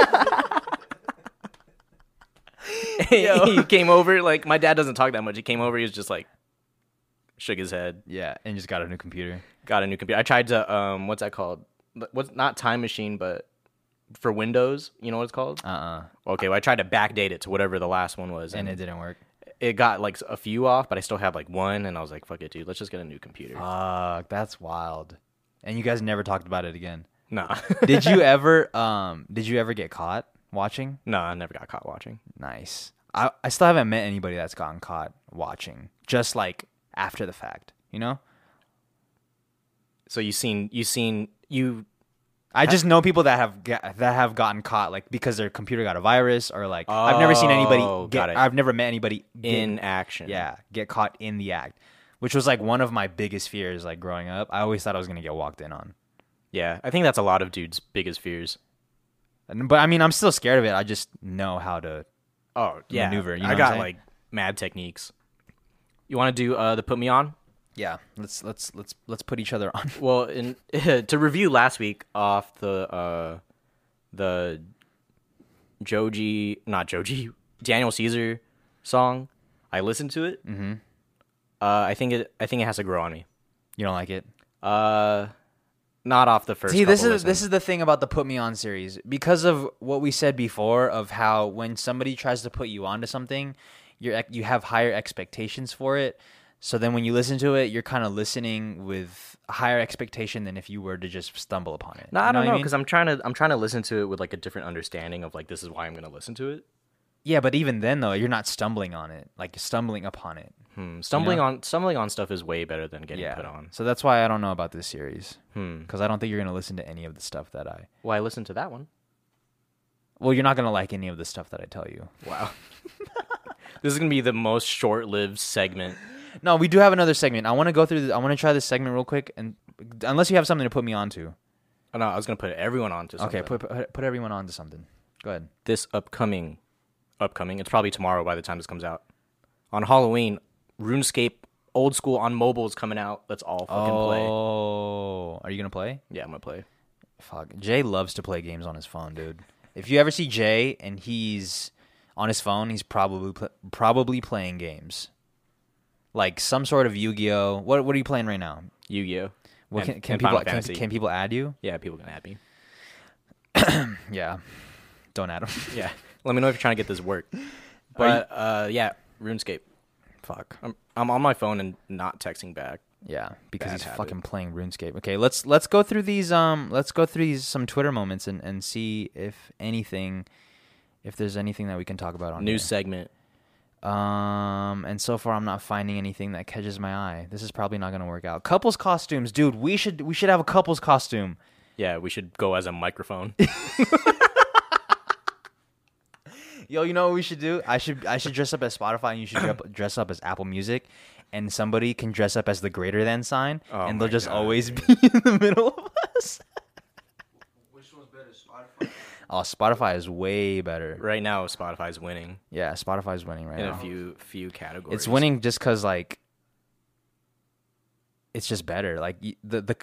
S2: he came over, like, my dad doesn't talk that much. He came over, he was just like, shook his head,
S1: yeah, and just got a new computer."
S2: got a new computer. I tried to, um, what's that called? What's not Time Machine, but for Windows, you know what it's called?
S1: Uh-uh.
S2: okay, well, I tried to backdate it to whatever the last one was, and,
S1: And it didn't work.
S2: it, got like a few off, but I still had like one, and I was like, fuck it, dude, let's just get a new computer.
S1: Fuck, that's wild. And you guys never talked about it again.
S2: nah,
S1: Did you ever um did you ever get caught watching?
S2: nah, I never got caught watching.
S1: Nice. I I still haven't met anybody that's gotten caught watching just like after the fact, you know?
S2: So you seen, you seen, you
S1: I just know people that have ga- that have gotten caught like because their computer got a virus or like I've never seen anybody
S2: Oh,
S1: get
S2: got it.
S1: I've never met anybody get-
S2: in action.
S1: yeah get caught in the act, which was like one of my biggest fears like growing up. I always thought I was gonna get walked in on,
S2: Yeah, I think that's a lot of dudes' biggest fears.
S1: And- but I mean I'm still scared of it. I just know how to
S2: oh yeah,
S1: maneuver, you know what
S2: I
S1: I'm
S2: got
S1: saying?
S2: like mad techniques. You want to do uh, the put me on?
S1: Yeah, let's let's let's let's put each other on.
S2: Well, in to review last week off the uh, the Joji, not Joji, Daniel Caesar song. I listened to it. Mm-hmm. Uh, I think it. I think it has to grow on me.
S1: You don't like it?
S2: Uh, not off the first.
S1: See, this
S2: couple
S1: is this is the thing about the put me on series because of what we said before of how when somebody tries to put you onto something, you're ex- you have higher expectations for it. So then when you listen to it, you're kind of listening with a higher expectation than if you were to just stumble upon it.
S2: No, I
S1: You
S2: don't
S1: what
S2: know
S1: mean?
S2: because I'm trying to I'm trying to listen to it with like a different understanding of like this is why I'm gonna listen to it.
S1: yeah, but even then though, you're not stumbling on it, like you're stumbling upon it.
S2: Hmm. Stumbling on stumbling on stuff is way better than getting put on.
S1: So that's why I don't know about this series because I don't think you're gonna listen to any of the stuff that I.
S2: Well, I listened to that one.
S1: Well, you're not gonna like any of the stuff that I tell you.
S2: Wow. this is gonna be the most short lived segment.
S1: No, we do have another segment. I want to go through. This, I want to try this segment real quick, and unless you have something to put me onto,
S2: Oh, no, I was gonna put everyone on to something.
S1: okay, put, put put everyone onto something. Go ahead.
S2: this upcoming, upcoming. It's probably tomorrow by the time this comes out. On Halloween, RuneScape old school on mobile is coming out. Let's all fucking play.
S1: Oh, are you gonna play?
S2: Yeah, I'm gonna play.
S1: Fuck, Jay loves to play games on his phone, dude. If you ever see Jay and he's on his phone, he's probably pl- probably playing games, like some sort of Yu Gi Oh. What what are you playing right now?
S2: Yu Gi Oh.
S1: What can, can people can, can people add you?
S2: yeah, people can add me.
S1: Yeah, don't add them.
S2: Yeah. Let me know if you're trying to get this work. But uh, yeah, RuneScape.
S1: Fuck.
S2: I'm, I'm on my phone and not texting back.
S1: Yeah, because
S2: Bad
S1: he's
S2: habit.
S1: fucking playing RuneScape. Okay, let's let's go through these um let's go through these some Twitter moments and and see if anything if there's anything that we can talk about on
S2: New segment.
S1: here. Um and so far I'm not finding anything that catches my eye. This is probably not going to work out. Couples costumes, dude, we should we should have a couples costume.
S2: Yeah, we should go as a microphone.
S1: Yo, you know what we should do? I should I should dress up as Spotify and you should dre- dress up as Apple Music and somebody can dress up as the greater than sign
S2: Oh
S1: and
S2: my
S1: they'll just
S2: God.
S1: always be in the middle of us.
S3: Which one's better, Spotify?
S1: Oh, Spotify is way better.
S2: right now, Spotify's winning
S1: Yeah, Spotify's winning right
S2: in a
S1: now.
S2: few few categories.
S1: It's winning just because like it's just better. Like y- the the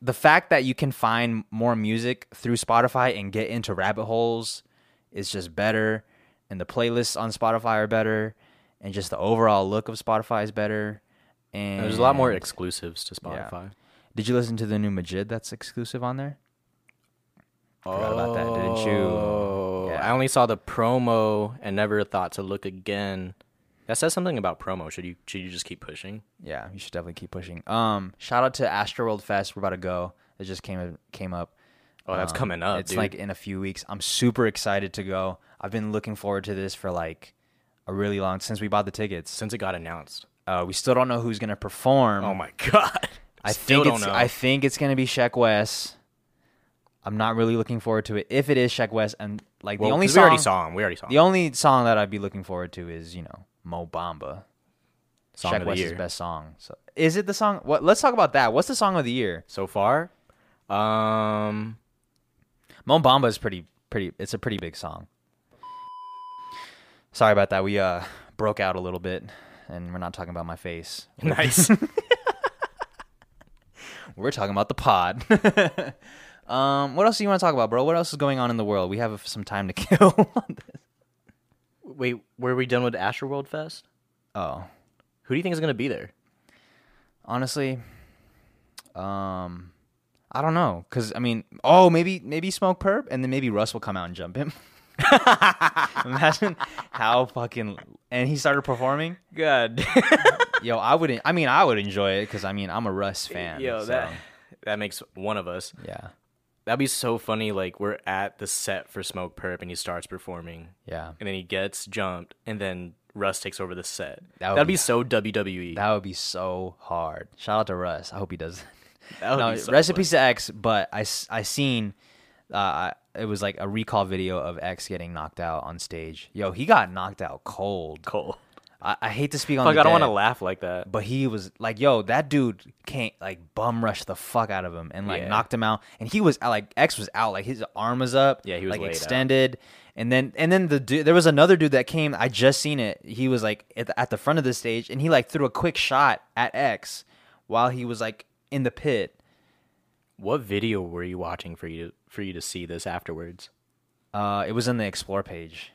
S1: the fact that you can find more music through Spotify and get into rabbit holes is just better, and the playlists on Spotify are better, and just the overall look of Spotify is better. And
S2: There's a lot more exclusives to
S1: Yeah.
S2: Spotify.
S1: Did you listen to the new Majid that's exclusive on there? Forgot
S2: Oh,
S1: about that, didn't you? Yeah.
S2: I only saw the promo and never thought to look again. That says something about promo. Should you should you just keep pushing?
S1: Yeah, you should definitely keep pushing. Um, shout out to Astroworld Fest. We're about to go. It just came came up.
S2: Oh, that's
S1: Um,
S2: coming up.
S1: It's
S2: dude.
S1: like in a few weeks. I'm super excited to go. I've been looking forward to this for like a really long since we bought the tickets.
S2: since it got announced.
S1: Uh, we still don't know who's gonna perform.
S2: Oh my god!
S1: I
S2: Still
S1: think
S2: don't
S1: it's
S2: know.
S1: I think it's gonna be Sheck West. I'm not really looking forward to it if it is Sheck West and like
S2: Well,
S1: the only
S2: 'cause
S1: song
S2: we already saw him. We already saw him.
S1: the only song that I'd be looking forward to is you know Mo Bamba.
S2: Song
S1: Sheck
S2: of the
S1: West's
S2: year.
S1: best song. So is it the song? What? Let's talk about that. What's the song of the year?
S2: so far. Um,
S1: Mo Bamba is pretty pretty it's a pretty big song. Sorry about that. We uh broke out a little bit and we're not talking about my face.
S2: nice.
S1: We're talking about the pod. um what else do you want to talk about, bro? What else is going on in the world? We have some time to kill. on this.
S2: Wait, were we done with Astroworld Fest?
S1: oh.
S2: Who do you think is gonna be there?
S1: Honestly, um I don't know cuz I mean, oh, maybe maybe Smoke Perp and then maybe Russ will come out and jump him. Imagine how fucking and he started performing.
S2: God,
S1: Yo, I wouldn't. I mean, I would enjoy it because I mean, I'm a Russ fan.
S2: yo,
S1: so,
S2: that that makes one of us.
S1: Yeah,
S2: That'd be so funny. Like we're at the set for Smoke Perp, and he starts performing,
S1: yeah,
S2: and then he gets jumped, and then Russ takes over the set.
S1: That
S2: That
S1: would
S2: would, that'd
S1: be-
S2: be, so E, WWE.
S1: that would be so hard. Shout out to Russ. I hope he does.
S2: That would
S1: no,
S2: be so
S1: rest in
S2: funny.
S1: peace to X. But I, s- I seen, uh, I- it was like a recall video of X getting knocked out on stage. Yo, he got knocked out cold.
S2: Cole.
S1: I, I hate to speak on.
S2: Fuck,
S1: the
S2: I don't want to
S1: dead,
S2: laugh like that.
S1: But he was like, yo, that dude can't like bum rush the fuck out of him and like
S2: Yeah.
S1: knocked him out. And he was out, like X was out, like his arm was up.
S2: Yeah, he was
S1: like
S2: laid out.
S1: extended. And then and then the dude, there was another dude that came. I just seen it. He was like at the, at the front of the stage, and he like threw a quick shot at X while he was like in the pit.
S2: What video were you watching for you to, for you to see this afterwards?
S1: Uh, it was in the explore page.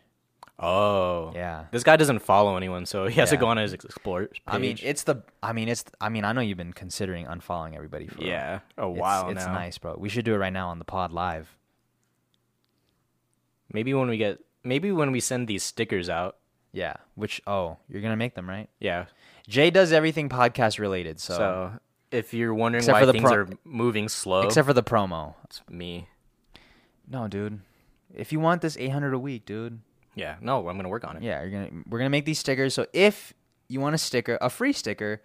S2: Oh,
S1: Yeah.
S2: This guy doesn't follow anyone, so he has to
S1: Yeah.
S2: go on his explore. Page.
S1: I mean, it's the. I mean, it's. I mean, I know you've been considering unfollowing everybody for
S2: yeah, a
S1: It's,
S2: while
S1: it's
S2: now.
S1: nice, bro. We should do it right now on the pod live.
S2: Maybe when we get, maybe when we send these stickers out.
S1: Yeah. Which oh, you're gonna make them right.
S2: Yeah.
S1: Jay does everything podcast related, so,
S2: So, if you're wondering
S1: Except
S2: why
S1: for the
S2: things
S1: pro-
S2: are moving slow,
S1: except for the promo.
S2: it's me.
S1: No, dude. If you want this 800 a week, dude.
S2: Yeah. No, I'm gonna work on it.
S1: Yeah, you're gonna we're gonna make these stickers. So if you want a sticker, a free sticker,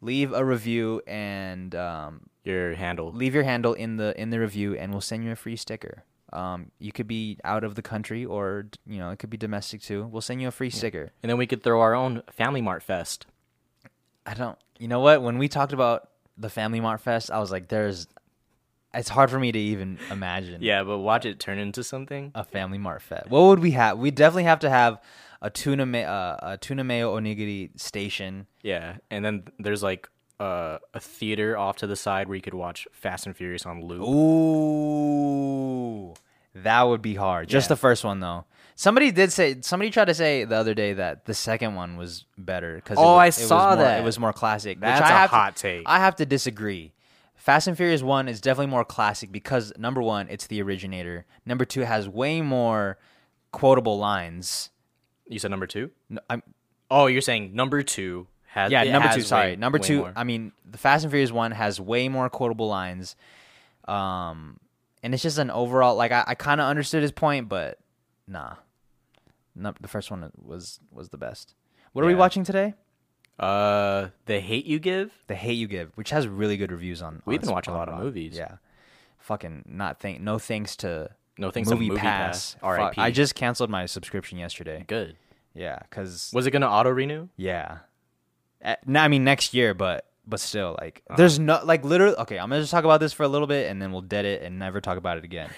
S1: leave a review and um,
S2: Your handle.
S1: leave your handle in the in the review and we'll send you a free sticker um, you could be out of the country or d- you know it could be domestic too we'll send you a free sticker
S2: And then we could throw our own Family Mart Fest.
S1: i don't you know what when we talked about the family mart fest i was like there's it's hard for me to even imagine
S2: Yeah, but watch it turn into something.
S1: a family mart fest what would we have we definitely have to have a tuna ma- uh, a tuna mayo onigiri station
S2: Yeah, and then there's like uh, a theater off to the side where you could watch Fast and Furious on loop.
S1: Ooh, that would be hard. Just
S2: Yeah.
S1: the first one though. Somebody did say somebody tried to say the other day that the second one was better because
S2: Oh, I
S1: it was
S2: saw
S1: more,
S2: that.
S1: it was more classic. which
S2: That's
S1: I
S2: a
S1: have to-
S2: hot take.
S1: I have to disagree. Fast and Furious One is definitely more classic because number one, it's the originator. Number two, it has way more quotable lines.
S2: You said number two.
S1: No, I'm,
S2: Oh, you're saying number two has
S1: yeah,
S2: it
S1: number
S2: has
S1: two.
S2: way-
S1: Sorry, number
S2: way
S1: two.
S2: more.
S1: I mean, the Fast and Furious one has way more quotable lines, um, and it's just an overall. Like I, I kind of understood his point, but nah, no, the first one was was the best. What are we
S2: Yeah.
S1: watching today?
S2: uh, the hate you give.
S1: The Hate You Give, which has really good reviews on.
S2: We've
S1: on
S2: been watching a
S1: on
S2: lot of
S1: Rotten.
S2: movies.
S1: Yeah, fucking not thank no thanks to
S2: No thanks to Movie Pass.
S1: Fuck,
S2: R.I.P..
S1: I just canceled my subscription yesterday.
S2: Good.
S1: Yeah, because
S2: Was it gonna auto renew?
S1: Yeah. Uh, no, I mean next year, but but still, like uh, there's no like literally. Okay, I'm gonna just talk about this for a little bit, and then we'll dead it and never talk about it again.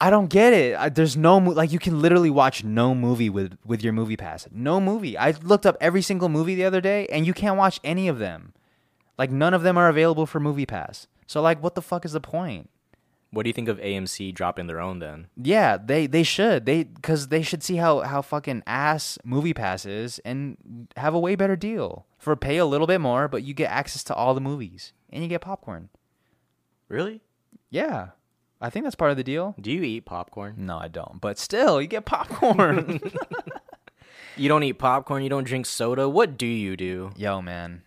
S1: I don't get it. I, there's no mo- like you can literally watch no movie with with your movie pass. No movie. I looked up every single movie the other day, and you can't watch any of them. Like none of them are available for movie pass. So like, what the fuck is the point?
S2: What do you think of AMC dropping their own then?
S1: Yeah, they they should they because they should see how how fucking ass movie pass is and have a way better deal for pay a little bit more, but you get access to all the movies and you get popcorn.
S2: Really?
S1: Yeah, I think that's part of the deal.
S2: Do you eat popcorn?
S1: No, I don't, but still, you get popcorn.
S2: You don't eat popcorn. You don't drink soda. What do you do?
S1: Yo, man,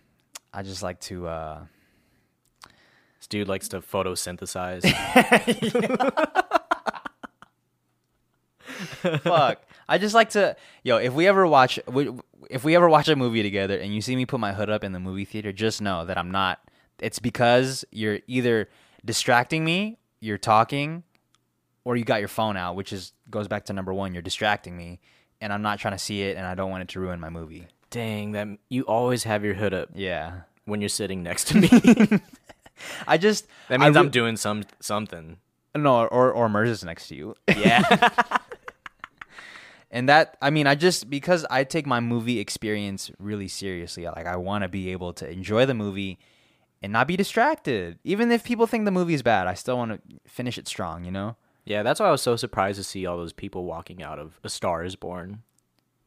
S1: I just like to. uh
S2: This dude likes to photosynthesize.
S1: Fuck. I just like to, yo. If we ever watch, we, if we ever watch a movie together, and you see me put my hood up in the movie theater, just know that I'm not. It's because you're either distracting me, you're talking, or you got your phone out, which is goes back to number one. You're distracting me, and I'm not trying to see it, and I don't want it to ruin my movie.
S2: Dang, that you always have your hood up
S1: Yeah.
S2: when you're sitting next to me.
S1: I just
S2: that means
S1: I
S2: I'm doing some something.
S1: am no or or Merz is next to you.
S2: Yeah.
S1: and that i mean i just because i take my movie experience really seriously like i want to be able to enjoy the movie and not be distracted even if people think the movie's bad i still want to finish it strong you know
S2: yeah, that's why I was so surprised to see all those people walking out of A Star Is Born.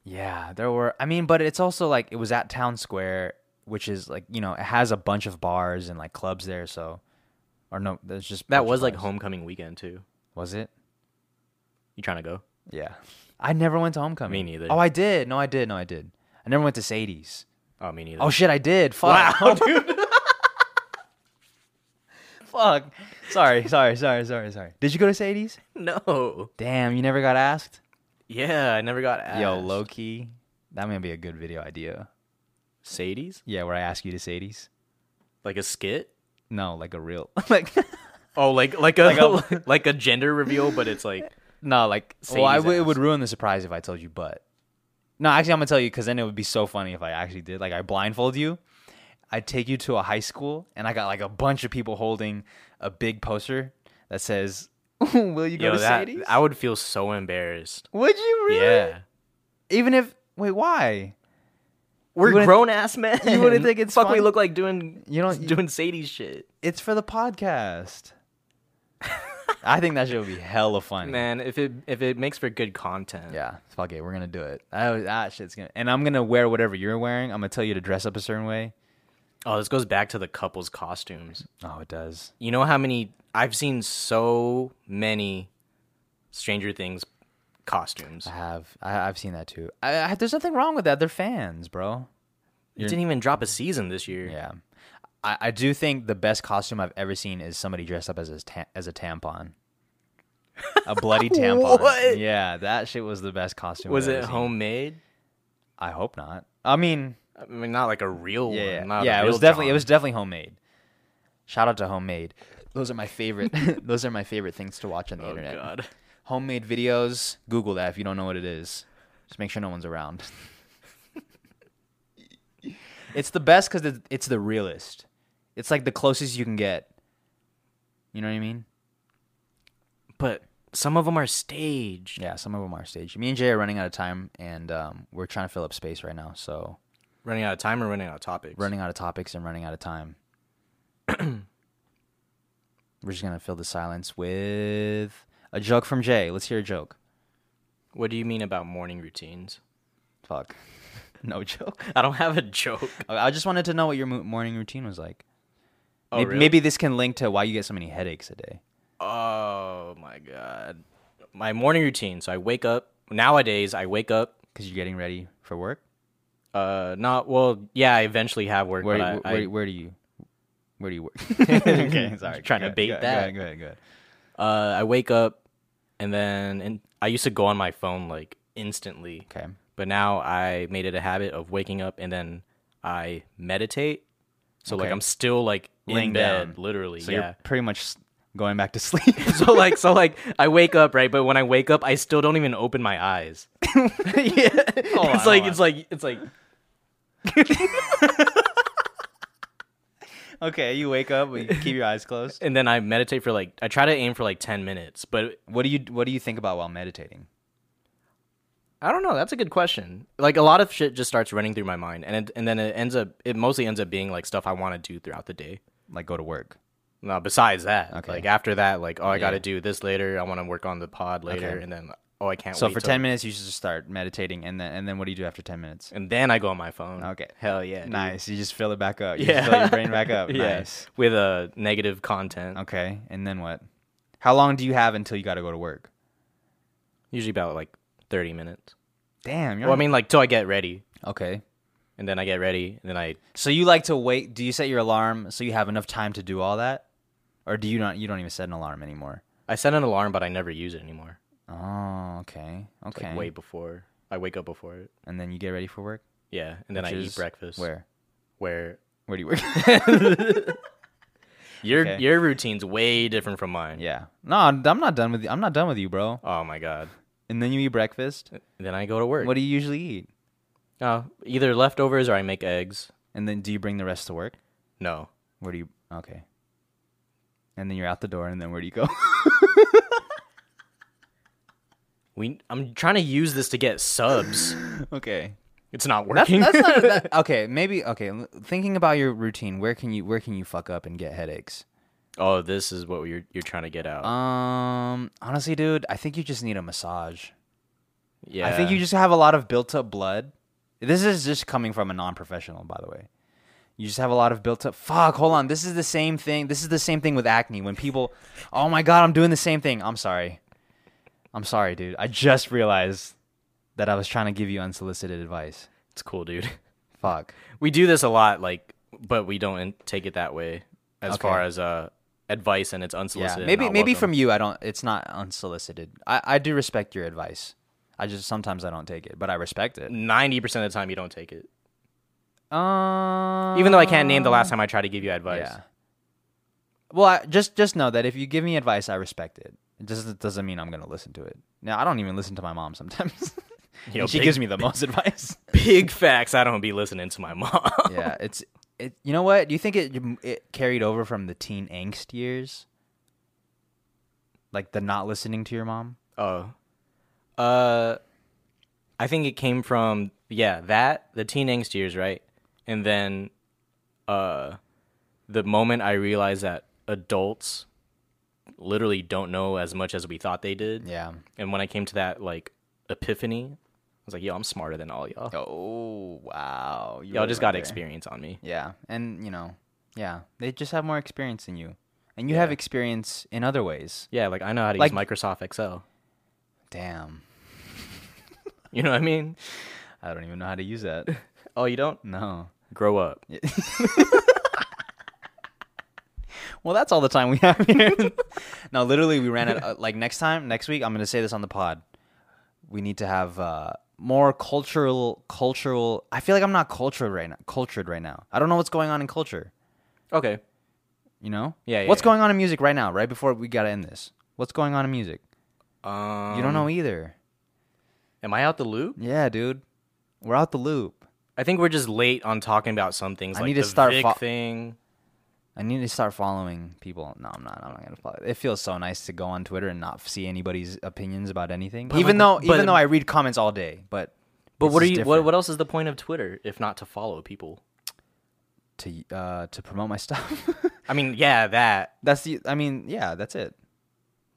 S1: yeah there were i mean but it's also like it was at town square which is like you know it has a bunch of bars and like clubs there so or no there's just
S2: That
S1: bunch of
S2: was like
S1: bars.
S2: homecoming weekend too.
S1: was it
S2: You trying to go?
S1: yeah i never went to homecoming
S2: Me neither.
S1: oh i did no i did no i did i never went to sadie's
S2: Oh, me neither.
S1: Oh shit, I did. Fuck. Wow, dude. Fuck. Sorry, sorry, sorry, sorry, sorry. Did you go to Sadie's?
S2: no.
S1: Damn, you never got asked?
S2: Yeah, I never got asked.
S1: Yo, low key. That may be a good video idea.
S2: Sadie's?
S1: Yeah, where I ask you to Sadie's.
S2: Like a skit?
S1: No, like a real like
S2: Oh, like like a like
S1: a-
S2: a, gender reveal, but it's like
S1: No, like well, I
S2: Sadie's
S1: w- it
S2: ass.
S1: would ruin the surprise if I told you but No, actually, I'm gonna tell you because then it would be so funny if I actually did. Like, I blindfold you, I take you to a high school, and I got like a bunch of people holding a big poster that says, "Will you go
S2: Yo,
S1: to
S2: that
S1: Sadie's?"
S2: I would feel so embarrassed.
S1: would you really?
S2: Yeah,
S1: Even if wait, why?
S2: we're
S1: wouldn't-
S2: grown ass men.
S1: you wouldn't think it's
S2: fuck. We
S1: fun?
S2: look like doing
S1: You
S2: you know
S1: don't-
S2: doing Sadie's shit.
S1: It's for the podcast. I think that shit would be hella funny.
S2: Man, if it if it makes for good content,
S1: Yeah, fuck it. We're gonna do it. That, was- that shit's gonna, and I'm gonna wear whatever you're wearing. I'm gonna tell you to dress up a certain way.
S2: Oh, this goes back to the couple's costumes.
S1: Oh, it does.
S2: You know how many I've seen so many Stranger Things costumes.
S1: I have. I, I've seen that too. I, I, there's nothing wrong with that. They're fans, bro.
S2: It didn't even drop a season this year.
S1: Yeah, I, I do think the best costume I've ever seen is somebody dressed up as a ta- as a tampon, a bloody tampon.
S2: What?
S1: Yeah, that shit was the best costume.
S2: Was
S1: I've
S2: it
S1: ever seen.
S2: homemade?
S1: I hope not. I mean,
S2: I mean, not like a real
S1: yeah,
S2: one.
S1: yeah,
S2: not a
S1: yeah it
S2: real
S1: was definitely it
S2: John.
S1: was definitely homemade. Shout out to homemade. Those are my favorite. those are my favorite things to watch on the
S2: Oh
S1: internet.
S2: god.
S1: homemade videos. Google that if you don't know what it is. Just make sure no one's around. it's the best because it's the realest. It's like the closest you can get. You know what I mean?
S2: But some of them are staged.
S1: Yeah, some of them are staged. Me and Jay are running out of time, and um, we're trying to fill up space right now. So
S2: Running out of time or running out of topics.
S1: running out of topics and running out of time. we're just gonna fill the silence with a joke from Jay. Let's hear a joke.
S2: What do you mean about morning routines?
S1: Fuck, no joke.
S2: I don't have a joke.
S1: I I just wanted to know what your mo- morning routine was like.
S2: Oh,
S1: maybe,
S2: really?
S1: maybe this can link to why you get so many headaches a day.
S2: Oh my god. My morning routine. So I wake up. Nowadays, I wake up.
S1: Because you're getting ready for work.
S2: Uh, not well. Yeah, I eventually have work,
S1: Where,
S2: but I,
S1: where,
S2: I-
S1: where, do you where do you work? okay, sorry.
S2: Trying
S1: Go
S2: to
S1: ahead,
S2: bait
S1: go ahead,
S2: that.
S1: Go ahead, go ahead.
S2: uh, I wake up, and then and I used to go on my phone like instantly,
S1: go ahead. Okay.
S2: but now I made it a habit of waking up and then I meditate. So like
S1: Okay.
S2: I'm still like in
S1: Laying
S2: bed,
S1: down.
S2: literally.
S1: So
S2: yeah.
S1: you're pretty much s- going back to sleep.
S2: so like so like I wake up right, but when I wake up, I still don't even open my eyes. yeah,
S1: on,
S2: it's like
S1: hold
S2: it's like it's like
S1: okay, you wake up, but you keep your eyes closed.
S2: and then I meditate for like I try to aim for like 10 minutes, but
S1: What do you what do you think about while meditating?
S2: I don't know, that's a good question. Like a lot of shit just starts running through my mind and it, and then it ends up it mostly ends up being like stuff I want to do throughout the day.
S1: Like go to work.
S2: No, besides that,
S1: Okay.
S2: like after that, like oh, I got
S1: Yeah.
S2: to do this later. I want to work on the pod later,
S1: Okay.
S2: and then oh, I can't.
S1: So
S2: wait
S1: for
S2: till-
S1: ten minutes, you should just start meditating, and then and then what do you do after ten minutes?
S2: and then I go on my phone.
S1: Okay.
S2: hell yeah, dude.
S1: Nice. You just fill it back up. You
S2: yeah,
S1: just fill your brain back up.
S2: Yeah.
S1: Nice.
S2: with uh, negative content.
S1: Okay, and then what? How long do you have until you got to go to work?
S2: Usually about like thirty minutes.
S1: Damn, you're.
S2: Well, I
S1: on-
S2: mean, like till I get ready,
S1: okay.
S2: and then I get ready, and then I
S1: So you like to wait? Do you set your alarm so you have enough time to do all that, or do you not? You don't even set an alarm anymore.
S2: I set an alarm, but I never use it anymore.
S1: Oh, okay,
S2: It's,
S1: okay.
S2: Like way before I wake up before it.
S1: and then you get ready for work.
S2: Yeah, and then
S1: which
S2: I
S1: is
S2: eat breakfast.
S1: Where?
S2: Where
S1: Where do you work?
S2: your
S1: Okay.
S2: your routine's way different from mine.
S1: yeah. No, I'm I'm not done with you. I'm not done with you, bro.
S2: Oh my god.
S1: And then you eat breakfast.
S2: Then I go to work.
S1: What do you usually eat?
S2: Oh, either leftovers or I make eggs.
S1: And then do you bring the rest to work?
S2: No.
S1: Where do you? Okay. And then you're out the door, and then where do you go?
S2: We I'm trying to use this to get subs.
S1: okay.
S2: It's not
S1: That's,
S2: working.
S1: that's not a, that, okay. Maybe okay. l- Thinking about your routine, where can you where can you fuck up and get headaches?
S2: oh, this is what you're you're trying to get out.
S1: Um, honestly, dude, I think you just need a massage.
S2: yeah.
S1: I think you just have a lot of built up blood. This is just coming from a non professional, by the way. You just have a lot of built up. Fuck, hold on. This is the same thing. This is the same thing with acne. When people, oh my god, I'm doing the same thing. I'm sorry. I'm sorry, dude. I just realized that I was trying to give you unsolicited advice.
S2: it's cool, dude.
S1: Fuck.
S2: We do this a lot like but we don't in- take it that way as
S1: Okay.
S2: far as uh advice and it's
S1: Yeah,
S2: unsolicited. and
S1: maybe
S2: not
S1: maybe
S2: welcome.
S1: from you, I don't. It's not unsolicited. I I do respect your advice. I just sometimes I don't take it, but I respect it.
S2: 90% of the time you don't take it.
S1: Um,
S2: Even though I can't name the last time I tried to give you advice.
S1: yeah. Well, I, just just know that if you give me advice, I respect it. It just doesn't mean I'm gonna listen to it. Now I don't even listen to my mom sometimes.
S2: Yo,
S1: and she
S2: big-
S1: gives me the most advice.
S2: Big facts. I don't be listening to my mom.
S1: yeah, it's it. You know what? Do you think it it carried over from the teen angst years? Like the not listening to your mom.
S2: Oh. Uh I think it came from yeah, that the teen angst years, right? And then uh the moment I realized that adults literally don't know as much as we thought they did.
S1: Yeah.
S2: And when I came to that like epiphany, I was like, yo, I'm smarter than all y'all.
S1: Oh wow! You
S2: y'all
S1: really
S2: just
S1: went
S2: got
S1: there.
S2: experience on me.
S1: Yeah, and you know, yeah, they just have more experience than you, and you have
S2: Yeah.
S1: experience in other ways.
S2: Yeah, like I know how to
S1: Like-
S2: use Microsoft Excel.
S1: Damn,
S2: You know what I mean?
S1: I don't even know how to use that.
S2: Oh, you don't?
S1: No.
S2: Grow up.
S1: Well, that's all the time we have here. no, literally, we ran out. uh, Like next time, next week, I'm gonna say this on the pod. We need to have uh, more cultural, cultural. I feel like I'm not cultured right now. Cultured right now. I don't know what's going on in culture.
S2: Okay.
S1: You know?
S2: Yeah, yeah,
S1: what's
S2: yeah.
S1: going on in music right now? Right before we gotta end this. What's going on in music?
S2: Um,
S1: you don't know e- either.
S2: Am I out the loop?
S1: Yeah, dude. We're out the loop.
S2: I think we're just late on talking about some things.
S1: I
S2: like
S1: need to
S2: the
S1: start
S2: Vic
S1: fo-
S2: thing.
S1: I need to start following people. No, I'm not. I'm not gonna follow. It feels so nice to go on Twitter and not see anybody's opinions about anything. even
S2: but-
S1: though, even
S2: but-
S1: though I read comments all day, but
S2: But
S1: this
S2: what are
S1: is
S2: you? What,
S1: different.
S2: what else is the point of Twitter if not to follow people?
S1: to uh, to promote my stuff?
S2: I mean, yeah, that
S1: that's the. I mean, yeah, that's it.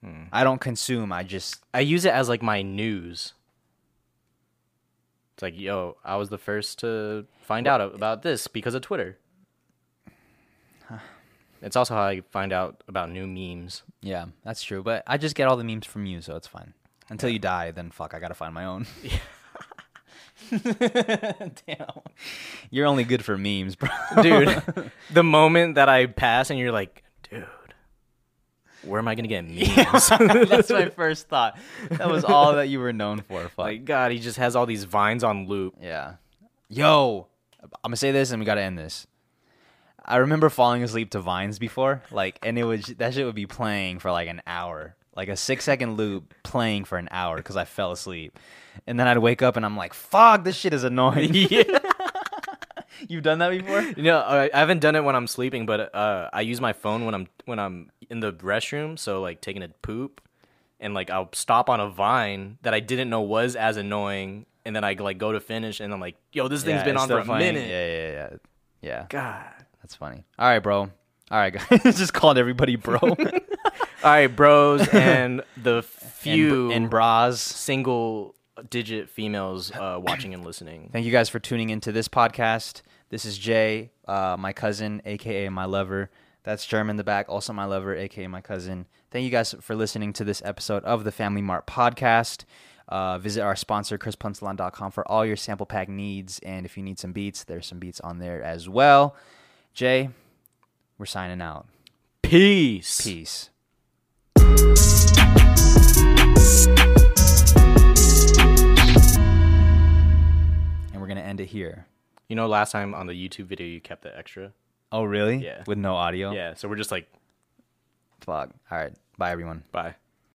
S2: Hmm.
S1: I don't consume. I just
S2: I use it as like my news. It's like, yo, I was the first to find out about this because of Twitter. It's also how I find out about new memes.
S1: yeah, that's true. But I just get all the memes from you, so it's fine. Until you die, then fuck, I gotta find my own. Damn, you're only good for memes, bro.
S2: Dude, the moment that I pass and you're like, dude, where am I going to get memes?
S1: that's my first thought. That was all that you were known for. Fuck.
S2: like, God, he just has all these vines on loop.
S1: Yeah. Yo, I'm gonna say this and we gotta end this. I remember falling asleep to vines before, like, and it was that shit would be playing for like an hour, like a six second loop playing for an hour because I fell asleep, and then I'd wake up and I'm like, "Fuck, this shit is annoying." You've done that before?
S2: No, I I haven't done it when I'm sleeping, but uh, I use my phone when I'm when I'm in the restroom, so like taking a poop, and like I'll stop on a vine that I didn't know was as annoying, and then I like go to finish, and I'm like, yo, this thing's
S1: Yeah,
S2: been
S1: it's
S2: on for
S1: still
S2: a
S1: playing.
S2: minute.
S1: Yeah, yeah, yeah, yeah.
S2: God.
S1: That's funny. All right, bro. All right, guys. Just called everybody bro and,
S2: All right, bros, and the few
S1: br- and bras.
S2: single digit females uh, watching and listening.
S1: Thank you guys for tuning into this podcast. This is Jay, uh, my cousin, aka my lover. That's Germ in the back, also my lover, aka my cousin. Thank you guys for listening to this episode of the Family Mart podcast. Uh, visit our sponsor, chrispunsalon.com, for all your sample pack needs. And if you need some beats, there's some beats on there as well. Jay, we're signing out.
S2: Peace.
S1: Peace. And we're going to end it here.
S2: You know, last time on the YouTube video, you kept the extra.
S1: Oh, really?
S2: Yeah.
S1: With no audio?
S2: Yeah, so we're just like,
S1: Fuck. All right. Bye, everyone.
S2: bye.